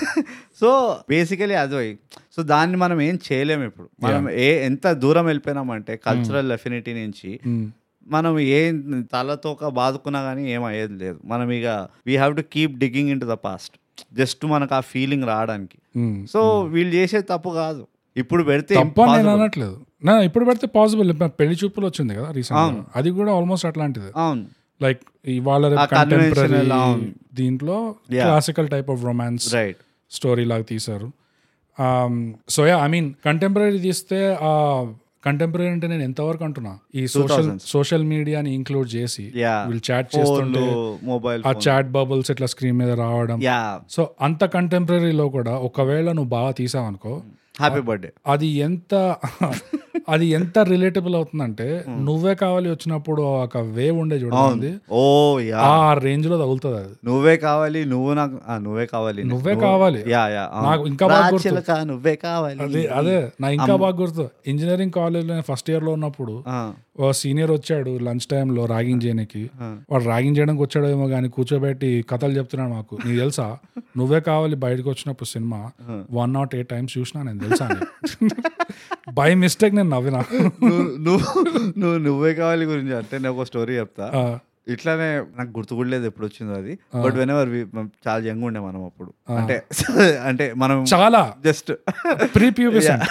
Speaker 1: సో బేసికలీ అది సో దాన్ని మనం ఏం చేయలేము ఇప్పుడు మనం ఏ ఎంత దూరం వెళ్ళిపోయినామంటే కల్చరల్ అఫినిటీ నుంచి
Speaker 2: Hmm.
Speaker 1: మనం ఏ తలతోక బాదుకున్నా కానీ ఏం అయ్యేది లేదు మనం ఇక we have to keep digging into the past just మనకు ఆ ఫీలింగ్ రావడానికి
Speaker 2: Hmm.
Speaker 1: సో వీళ్ళు చేసే తప్పు కాదు ఇప్పుడు పెడితే
Speaker 2: తప్ప నేను
Speaker 1: impossible.
Speaker 2: అనట్లేదు నా ఇప్పుడు పెడితే పాసిబుల్ పెళ్లి చూపులు వచ్చింది కదా రీసెంట్
Speaker 1: అవును.
Speaker 2: అది కూడా ఆల్మోస్ట్ అట్లాంటిది
Speaker 1: అవును
Speaker 2: లైక్ ఇవాళ రేపు
Speaker 1: ఆ conventional,
Speaker 2: contemporary
Speaker 1: అవును.
Speaker 2: దీంట్లో
Speaker 1: Yeah.
Speaker 2: Classical type of romance
Speaker 1: right
Speaker 2: story లాగా తీశారు Um, so yeah I mean contemporary తీస్తే ఆ కంటెంపరీ అంటే నేను ఎంతవరకు అంటున్నా ఈ సోషల్
Speaker 1: 2000s.
Speaker 2: సోషల్ మీడియాని ఇంక్లూడ్ చేసి
Speaker 1: యా
Speaker 2: వీళ్ళు చాట్
Speaker 1: ఫోన్లు
Speaker 2: చేస్తుంటే
Speaker 1: మొబైల్
Speaker 2: ఆ చాట్ బబుల్స్ ఇట్లా స్క్రీన్ మీద రావడం
Speaker 1: యా
Speaker 2: సో అంత కంటెంపరీలో కూడా ఒకవేళ నువ్వు బాగా తీసావనుకో Ah.
Speaker 1: హ్యాపీ బర్త్డే
Speaker 2: అది ఎంత అది ఎంత రిలేటబుల్ అవుతుందంటే నువ్వే కావాలి వచ్చినప్పుడు ఒక వేవ్ ఉండే చూడండి
Speaker 1: ఓ యా
Speaker 2: ఆ రేంజ్ లో తగులుతుంది అది
Speaker 1: నువ్వే కావాలి నువ్వు నాకు ఆ, నువ్వే కావాలి
Speaker 2: నువ్వే కావాలి.
Speaker 1: యా యా అవును.
Speaker 2: నాకు ఇంకా బాగా
Speaker 1: రా
Speaker 2: గుర్తు.
Speaker 1: చిలక, నువ్వే కావాలి
Speaker 2: అదే అదే నా ఇంకా బాగా గుర్తు ఇంజనీరింగ్ కాలేజ్ లో ఫస్ట్ ఇయర్ లో ఉన్నప్పుడు
Speaker 1: ఆ,
Speaker 2: ఓ సీనియర్ వచ్చాడు లంచ్ టైంలో రాగింగ్ చేయడానికి
Speaker 1: ఆ.
Speaker 2: వాడు రాగింగ్ చేయడానికి వచ్చాడేమో కానీ కూర్చోబెట్టి కథలు చెప్తున్నాడు మాకు నీకు తెలుసా నువ్వే కావాలి బయటకు వచ్చినప్పుడు cinema one not eight times చూసినా నేను తెలుసా బై మిస్టేక్ నేను నవ్వినా
Speaker 1: నువ్వు నువ్వు- నువ్వు నువ్వే కావాలి గురించి అంటే నేను ఒక స్టోరీ చెప్తా
Speaker 2: ఆ,
Speaker 1: ఇట్లానే నాకు గుర్తు కూడా లేదు ఎప్పుడు వచ్చిందో అది బట్ వెన్ ఎవర్ చాలా యంగ్ ఉండే మనం అప్పుడు అంటే అంటే మనం
Speaker 2: చాలా
Speaker 1: జస్ట్
Speaker 2: ప్రీ ప్యూబిసెంట్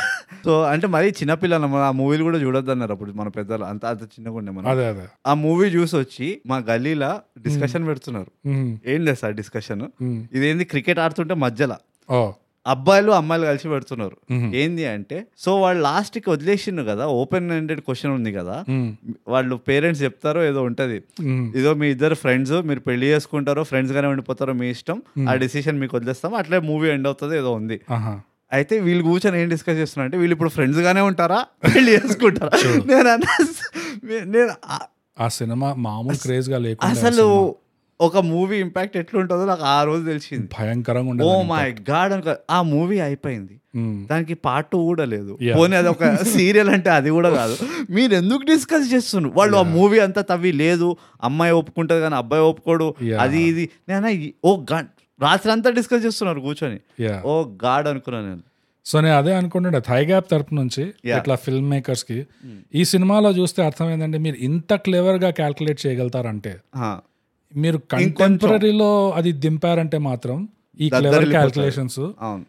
Speaker 1: సో అంటే మరీ చిన్నపిల్లలు మనం ఆ మూవీలు కూడా చూడొద్దు అన్నారు అప్పుడు మన పెద్దలు అంత అంత చిన్నగా ఉండే మనం
Speaker 2: అదే అదే
Speaker 1: ఆ మూవీ చూసి వచ్చి మా గల్లీలా డిస్కషన్ పెడుతున్నారు
Speaker 2: ఉమ్,
Speaker 1: ఏంటి సార్ డిస్కషన్
Speaker 2: ఉమ్.
Speaker 1: ఇదేంది క్రికెట్ ఆడుతుంటే మధ్యలో
Speaker 2: ఓ
Speaker 1: అబ్బాయిలు అమ్మాయిలు కలిసి పెడుతున్నారు
Speaker 2: మ్మ్.
Speaker 1: ఏంది అంటే సో వాళ్ళు లాస్ట్కి వదిలేసిండు కదా ఓపెన్ ఎండెడ్ క్వశ్చన్ ఉంది కదా
Speaker 2: ఉమ్,
Speaker 1: వాళ్ళు పేరెంట్స్ చెప్తారో ఏదో ఉంటది
Speaker 2: ఉమ్,
Speaker 1: ఇదో మీ ఇద్దరు ఫ్రెండ్స్ మీరు పెళ్లి చేసుకుంటారో ఫ్రెండ్స్ గానే ఉండిపోతారో మీ ఇష్టం ఆ డిసిషన్ మీకు వదిలేస్తాం అట్లే మూవీ ఎండ్ అవుతుంది ఏదో ఉంది
Speaker 2: ఆహా
Speaker 1: అయితే వీళ్ళు కూర్చొని ఏం డిస్కస్ చేస్తున్నారు అంటే వీళ్ళు ఇప్పుడు friends గానే ఉంటారా పెళ్లి చేసుకుంటారా నేను అన్న- నేను ఆ-
Speaker 2: ఆ సినిమా మామూలు క్రేజ్ గా లేకుండా
Speaker 1: అసలు ఒక మూవీ ఇంపాక్ట్ ఎట్లుంటుందో నాకు ఆ రోజు తెలిసింది
Speaker 2: భయంకరంగా
Speaker 1: ఓ
Speaker 2: ఉండేది
Speaker 1: మై గాడ్ అనుకో ఆ మూవీ అయిపోయింది
Speaker 2: ఉమ్,
Speaker 1: దానికి పార్ట్ టూ కూడా లేదు
Speaker 2: Yeah.
Speaker 1: పోనీ అది ఒక సీరియల్ అంటే అది కూడా కాదు మీరు ఎందుకు డిస్కస్ చేస్తున్నారు వాళ్ళు ఆ మూవీ అంతా తవ్వి లేదు అమ్మాయి ఒప్పుకుంటది కానీ అబ్బాయి ఒప్పుకోడు
Speaker 2: Yeah.
Speaker 1: అది ఇది నేను ఈ- ఓ గాడ్ రాత్రి అంతా డిస్కస్ చేస్తున్నారు కూర్చొని
Speaker 2: yeah.
Speaker 1: ఓ గాడ్ అనుకున్నాను నేను
Speaker 2: సో నేను అదే అనుకుంటుండే థై గ్యాప్ తరపు నుంచి
Speaker 1: Yeah. Hmm.
Speaker 2: ఇట్లా ఫిల్మ్ మేకర్స్ కి ఈ సినిమాలో చూస్తే అర్థమైందంటే మీరు ఇంత క్లెవర్ గా క్యాల్కులేట్ చేయగలుగుతారంటే
Speaker 1: ఆ,
Speaker 2: మీరు కంటెంపరీలో అది దింపారంటే మాత్రం ఈ క్లెవర్
Speaker 1: దద్దరిల్లిపోతుంది.
Speaker 2: క్యాల్కులేషన్స్
Speaker 1: అవును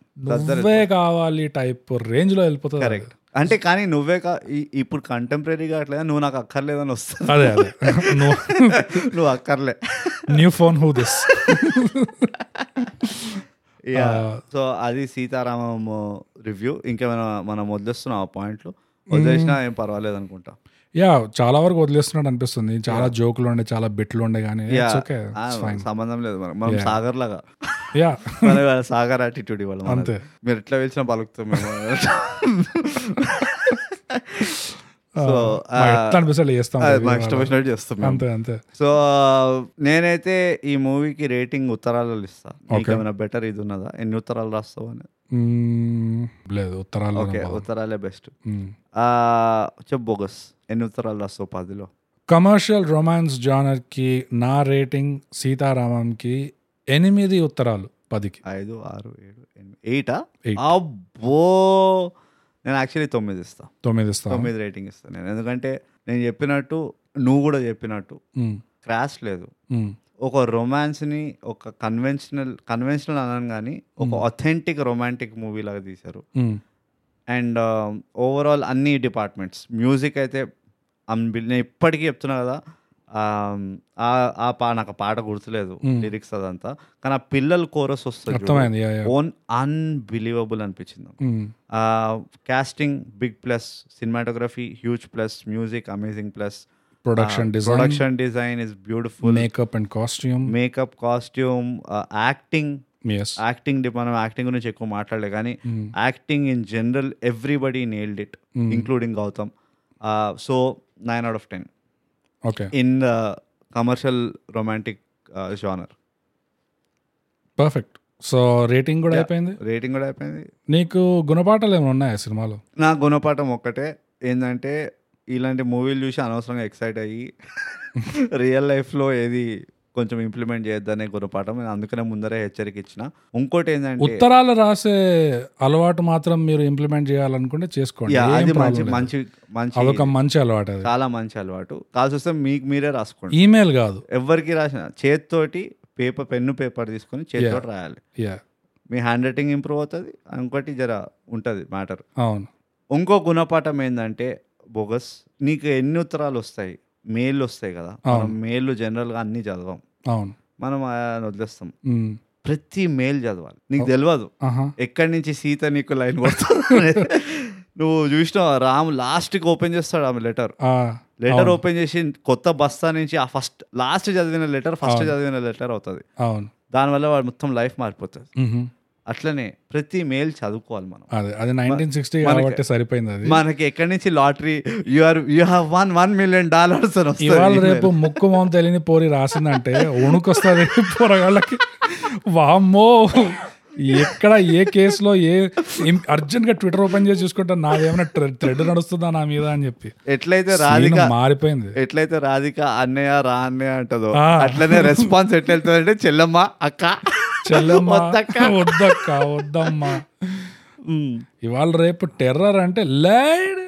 Speaker 2: నువ్వే కావాలి టైప్ రేంజ్ లో వెళ్ళిపోతుంది అది.
Speaker 1: కరెక్ట్ అంటే కానీ నువ్వే కా ఈ- ఇప్పుడు కంటెంపరీగా అట్లా నువ్వు నాకు అక్కర్లేదని వస్తుంది
Speaker 2: అదే అదే
Speaker 1: నువ్వు అక్కర్లే
Speaker 2: new phone who this
Speaker 1: yeah so Uh, అది సీతారామం రివ్యూ ఇంకేమైనా మనం వదిలేస్తున్నాం ఆ పాయింట్లు వదిలేసినా
Speaker 2: Mm.
Speaker 1: ఏం పర్వాలేదు అనుకుంటా
Speaker 2: యా చాలా వరకు వదిలేస్తున్నాడు అనిపిస్తుంది చాలా జోకులు ఉండే చాలా బిట్లు ఉండే కానీ
Speaker 1: Yeah. Ah.
Speaker 2: ఓకే
Speaker 1: ఆ, సంబంధం లేదు మనం మనం సాగర్ లాగా
Speaker 2: యా
Speaker 1: మన వాళ్ళ సాగర్ యాటిట్యూడ్ ఇవ్వాలి
Speaker 2: అంతే.
Speaker 1: మనది. మీరు ఎట్లా పిలిచినా పలుకుతాం మేము సో
Speaker 2: ఎట్లా అనిపిస్తే చేస్తాం
Speaker 1: మాకు ఇష్టం వచ్చినట్టు చేస్తాం మేము.
Speaker 2: అంతే అంతే
Speaker 1: సో నేనైతే ఈ మూవీకి రేటింగ్ ఉత్తరాలలో ఇస్తాను నీకేమైనా బెటర్ ఇది ఉన్నదా ఎన్ని ఉత్తరాలు రాస్తావు అని
Speaker 2: మ్మ్. Hmm, లేదు Hmm. ఉత్తరాలు
Speaker 1: ఓకే ఉత్తరాలే బెస్ట్ చెప్పు బోగస్ ఎన్ని ఉత్తరాలు రాస్తావు పదిలో
Speaker 2: కమర్షియల్ రొమాన్స్ జానర్కి నా రేటింగ్ సీతారామంకి ఎనిమిది ఉత్తరాలు పదికి
Speaker 1: ఐదు ఆరు ఏడు ఎనిమిది ఎయిటా
Speaker 2: Eight.
Speaker 1: అబ్బో నేను యాక్చువల్లీ తొమ్మిది ఇస్తా
Speaker 2: తొమ్మిది ఇస్తాను
Speaker 1: తొమ్మిది రేటింగ్ ఇస్తాను నేను ఎందుకంటే నేను చెప్పినట్టు నువ్వు కూడా చెప్పినట్టు
Speaker 2: మ్మ్.
Speaker 1: క్రాష్ లేదు
Speaker 2: మ్మ్.
Speaker 1: ఒక రొమాన్స్ని ఒక కన్వెన్షనల్ కన్వెన్షనల్ అనను కానీ ఒక అథెంటిక్ రొమాంటిక్ మూవీ లాగా తీశారు
Speaker 2: మ్మ్.
Speaker 1: అండ్ ఓవరాల్ అన్ని డిపార్ట్మెంట్స్ మ్యూజిక్ అయితే unbe- నేను ఇప్పటికీ చెప్తున్నా కదా um, ఆ ఆ పా నాకు ఆ పాట గుర్తులేదు లిరిక్స్ అదంతా కానీ ఆ పిల్లల కోరస్ వస్తుంది
Speaker 2: అర్థమైంది యా, యా.
Speaker 1: ఓన్ అన్బిలీవబుల్ అనిపించింది నాకు.
Speaker 2: మ్మ్.
Speaker 1: Casting big plus cinematography huge plus music amazing plus
Speaker 2: production design
Speaker 1: production design is beautiful
Speaker 2: makeup and costume
Speaker 1: makeup costume acting
Speaker 2: yes
Speaker 1: acting మనం యాక్టింగ్ గురించి ఎక్కువ మాట్లాడలే కానీ acting in general everybody nailed it
Speaker 2: Hmm.
Speaker 1: Including Gautham so nine out of ten
Speaker 2: okay
Speaker 1: in the commercial romantic genre
Speaker 2: perfect so rating కూడా అయిపోయింది
Speaker 1: rating కూడా అయిపోయింది
Speaker 2: నీకు గుణపాఠాలు ఏమైనా ఉన్నాయా సినిమాలో
Speaker 1: నా గుణపాఠం ఒక్కటే ఏంటంటే ఇలాంటి మూవీలు చూసి అనవసరంగా ఎక్సైట్ అయ్యి రియల్ లైఫ్లో ఏది కొంచెం ఇంప్లిమెంట్ చేయొద్దనే గుణపాఠం నేను అందుకనే ముందరే హెచ్చరిక ఇచ్చిన ఇంకోటి ఏంటంటే
Speaker 2: ఉత్తరాలు రాసే అలవాటు మాత్రం మీరు ఇంప్లిమెంట్ చేయాలనుకుంటే చేసుకోండి
Speaker 1: Yeah, అది
Speaker 2: ఏం
Speaker 1: మంచి
Speaker 2: problem లేదు.
Speaker 1: మంచి మంచి
Speaker 2: అదొక మంచి అలవాటు అది
Speaker 1: చాలా మంచి అలవాటు కాల్సి వస్తే మీకు మీరే రాసుకోండి
Speaker 2: ఈమెయిల్ కాదు
Speaker 1: ఎవరికి రాసిన చేత్తోటి పేపర్ పెన్ను పేపర్ తీసుకొని చేతితోటి రాయాలి
Speaker 2: యా
Speaker 1: మీ హ్యాండ్ రైటింగ్ ఇంప్రూవ్ అవుతుంది ఇంకోటి జర ఉంటుంది మ్యాటర్
Speaker 2: అవును
Speaker 1: ఇంకో గుణపాఠం ఏంటంటే బోగస్ నీకు ఎన్ని ఉత్తరాలు వస్తాయి మెయిల్ వస్తాయి కదా మనం మెయిల్ జనరల్గా అన్నీ చదవం
Speaker 2: అవును
Speaker 1: మనం ఆ అని వదిలేస్తాం
Speaker 2: మ్మ్.
Speaker 1: ప్రతి మెయిల్ చదవాలి నీకు తెలియదు
Speaker 2: ఆహా.
Speaker 1: ఎక్కడి నుంచి సీత నీకు లైన్ కొడుతుంది నువ్వు చూసినావు రామ్ లాస్ట్కి ఓపెన్ చేస్తాడు ఆమె లెటర్
Speaker 2: ఆ,
Speaker 1: లెటర్ ఓపెన్ చేసి కొత్త బస్తా నుంచి ఆ ఫస్ట్ లాస్ట్ చదివిన లెటర్ ఫస్ట్ చదివిన లెటర్ అవుతుంది
Speaker 2: అవును
Speaker 1: దానివల్ల వాడు మొత్తం లైఫ్ మారిపోతుంది
Speaker 2: మ్హూ.
Speaker 1: అట్లనే ప్రతి మెయిల్ చదువుకోవాలి మనం
Speaker 2: అదే అది నైన్టీన్ సిక్స్టీ కాబట్టి సరిపోయింది అది
Speaker 1: మనకి ఎక్కడి నుంచి lottery you are you have won won million dollars అని వస్తుంది
Speaker 2: ఇవాళ
Speaker 1: email.
Speaker 2: రేపు ముక్కు మొహం తెలియని పోరి రాసిందంటే వణుకొస్తుంది పోరగాళ్ళకి వామ్మో ఎక్కడ ఏ కేసులో ఏ ఏం- urgent గా ట్విట్టర్ ఓపెన్ చేసి చూసుకుంటా నాదేమైనా థ్రెడ్ నడుస్తుందా నా మీద అని చెప్పి
Speaker 1: ఎట్లయితే
Speaker 2: సీన్
Speaker 1: రాధిక
Speaker 2: మారిపోయింది
Speaker 1: ఎట్లయితే రాధిక అన్నయ్య రా అన్నయ్య అంటదో
Speaker 2: ఆ.
Speaker 1: అట్లనే రెస్పాన్స్ ఎట్లా వెళ్తుందంటే చెల్లమ్మ అక్క
Speaker 2: చెల్లమ్మ
Speaker 1: వద్దక్క.
Speaker 2: వద్దక్క వద్దమ్మా ఇవాళ రేపు టెర్రర్ అంటే లేడ్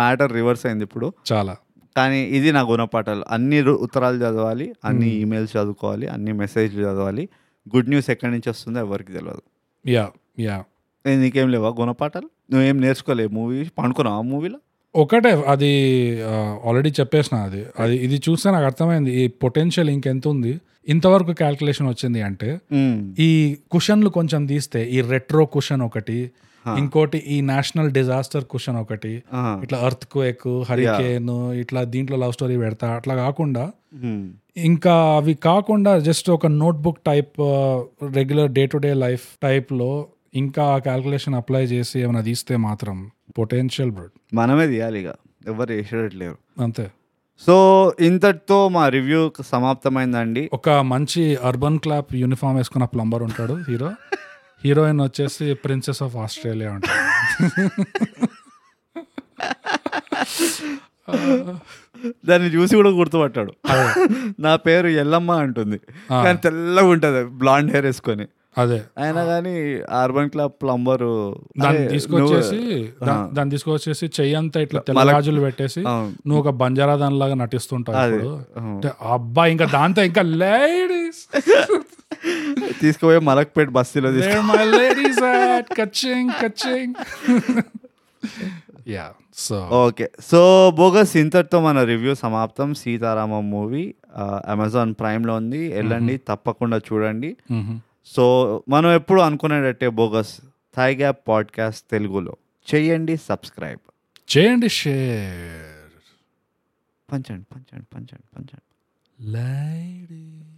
Speaker 1: మ్యాటర్ రివర్స్ అయింది ఇప్పుడు
Speaker 2: చాలా
Speaker 1: కానీ ఇది నా గుణపాఠాలు అన్ని రు- ఉత్తరాలు చదవాలి అన్ని ఈమెయిల్స్ చదువుకోవాలి అన్ని మెసేజ్లు చదవాలి గుడ్ న్యూస్ ఎక్కడి నుంచి వస్తుందో ఎవరికి తెలియదు
Speaker 2: యా యా
Speaker 1: నేను నీకేం లేవా గుణపాఠాలు నువ్వేం నేర్చుకోలేవు మూవీ పండుకున్నావు ఆ మూవీలో
Speaker 2: ఒకటే అది ఆల్రెడీ చెప్పేసిన అది అది ఇది చూస్తే నాకు అర్థమైంది ఈ పొటెన్షియల్ ఇంకెంత ఉంది ఇంతవరకు క్యాల్కులేషన్ వచ్చింది అంటే ఈ కుషన్లు కొంచెం తీస్తే ఈ రెట్రో కుషన్ ఒకటి ఇంకోటి ఈ నేషనల్ డిజాస్టర్ కుషన్ ఒకటి ఇట్లా అర్త్ క్వేక్ హరికేన్ ఇట్లా దీంట్లో లవ్ స్టోరీ పెడతా అట్లా కాకుండా ఇంకా అవి కాకుండా జస్ట్ ఒక notebook type regular day to day life టైప్లో ఇంకా ఆ క్యాల్కులేషన్ అప్లై చేసి ఏమైనా తీస్తే మాత్రం పొటెన్షియల్ బ్రడ్
Speaker 1: మనమే తీయాలి ఇక ఎవరు చేసేటట్లేరు
Speaker 2: అంతే
Speaker 1: సో ఇంతటితో మా రివ్యూ సమాప్తమైందండి
Speaker 2: ఒక మంచి అర్బన్ క్లాప్ యూనిఫామ్ వేసుకున్న ప్లంబర్ ఉంటాడు హీరో హీరోయిన్ వచ్చేసి ప్రిన్సెస్ ఆఫ్ ఆస్ట్రేలియా ఉంటాడు
Speaker 1: దాన్ని చూసి కూడా గుర్తుపట్టాడు నా పేరు ఎల్లమ్మ అంటుంది కానీ తెల్లగా ఉంటుంది బ్లాండ్ హెయిర్ వేసుకొని
Speaker 2: అదే
Speaker 1: అయినా కానీ అర్బన్ క్లబ్ ప్లంబరు
Speaker 2: దాన్ని తీసుకొచ్చేసి దా- దాన్ని తీసుకొచ్చేసి చెయ్యి అంతా ఇట్లా తెల్లగాజులు పెట్టేసి నువ్వు ఒక బంజారా దాని లాగా నటిస్తుంటావు ఇప్పుడు అంటే, అబ్బా ఇంకా దాంతో ఇంకా లేడీస్
Speaker 1: తీసుకుపోయి మలక్పేట్ బస్తీలో తీసుకు
Speaker 2: my ladies catching catching yeah so
Speaker 1: okay so bogus ఇంతటితో మన రివ్యూ సమాప్తం సీతారామం మూవీ అమెజాన్ ప్రైమ్లో ఉంది వెళ్ళండి తప్పకుండా చూడండి
Speaker 2: mm-hmm.
Speaker 1: సో మనం ఎప్పుడు అనుకునేటట్టే బోగస్ థై గ్యాప్ పాడ్కాస్ట్ తెలుగులో చేయండి సబ్స్క్రైబ్
Speaker 2: చేయండి షేర్
Speaker 1: పంచండి పంచండి పంచండి పంచండి
Speaker 2: లేడీస్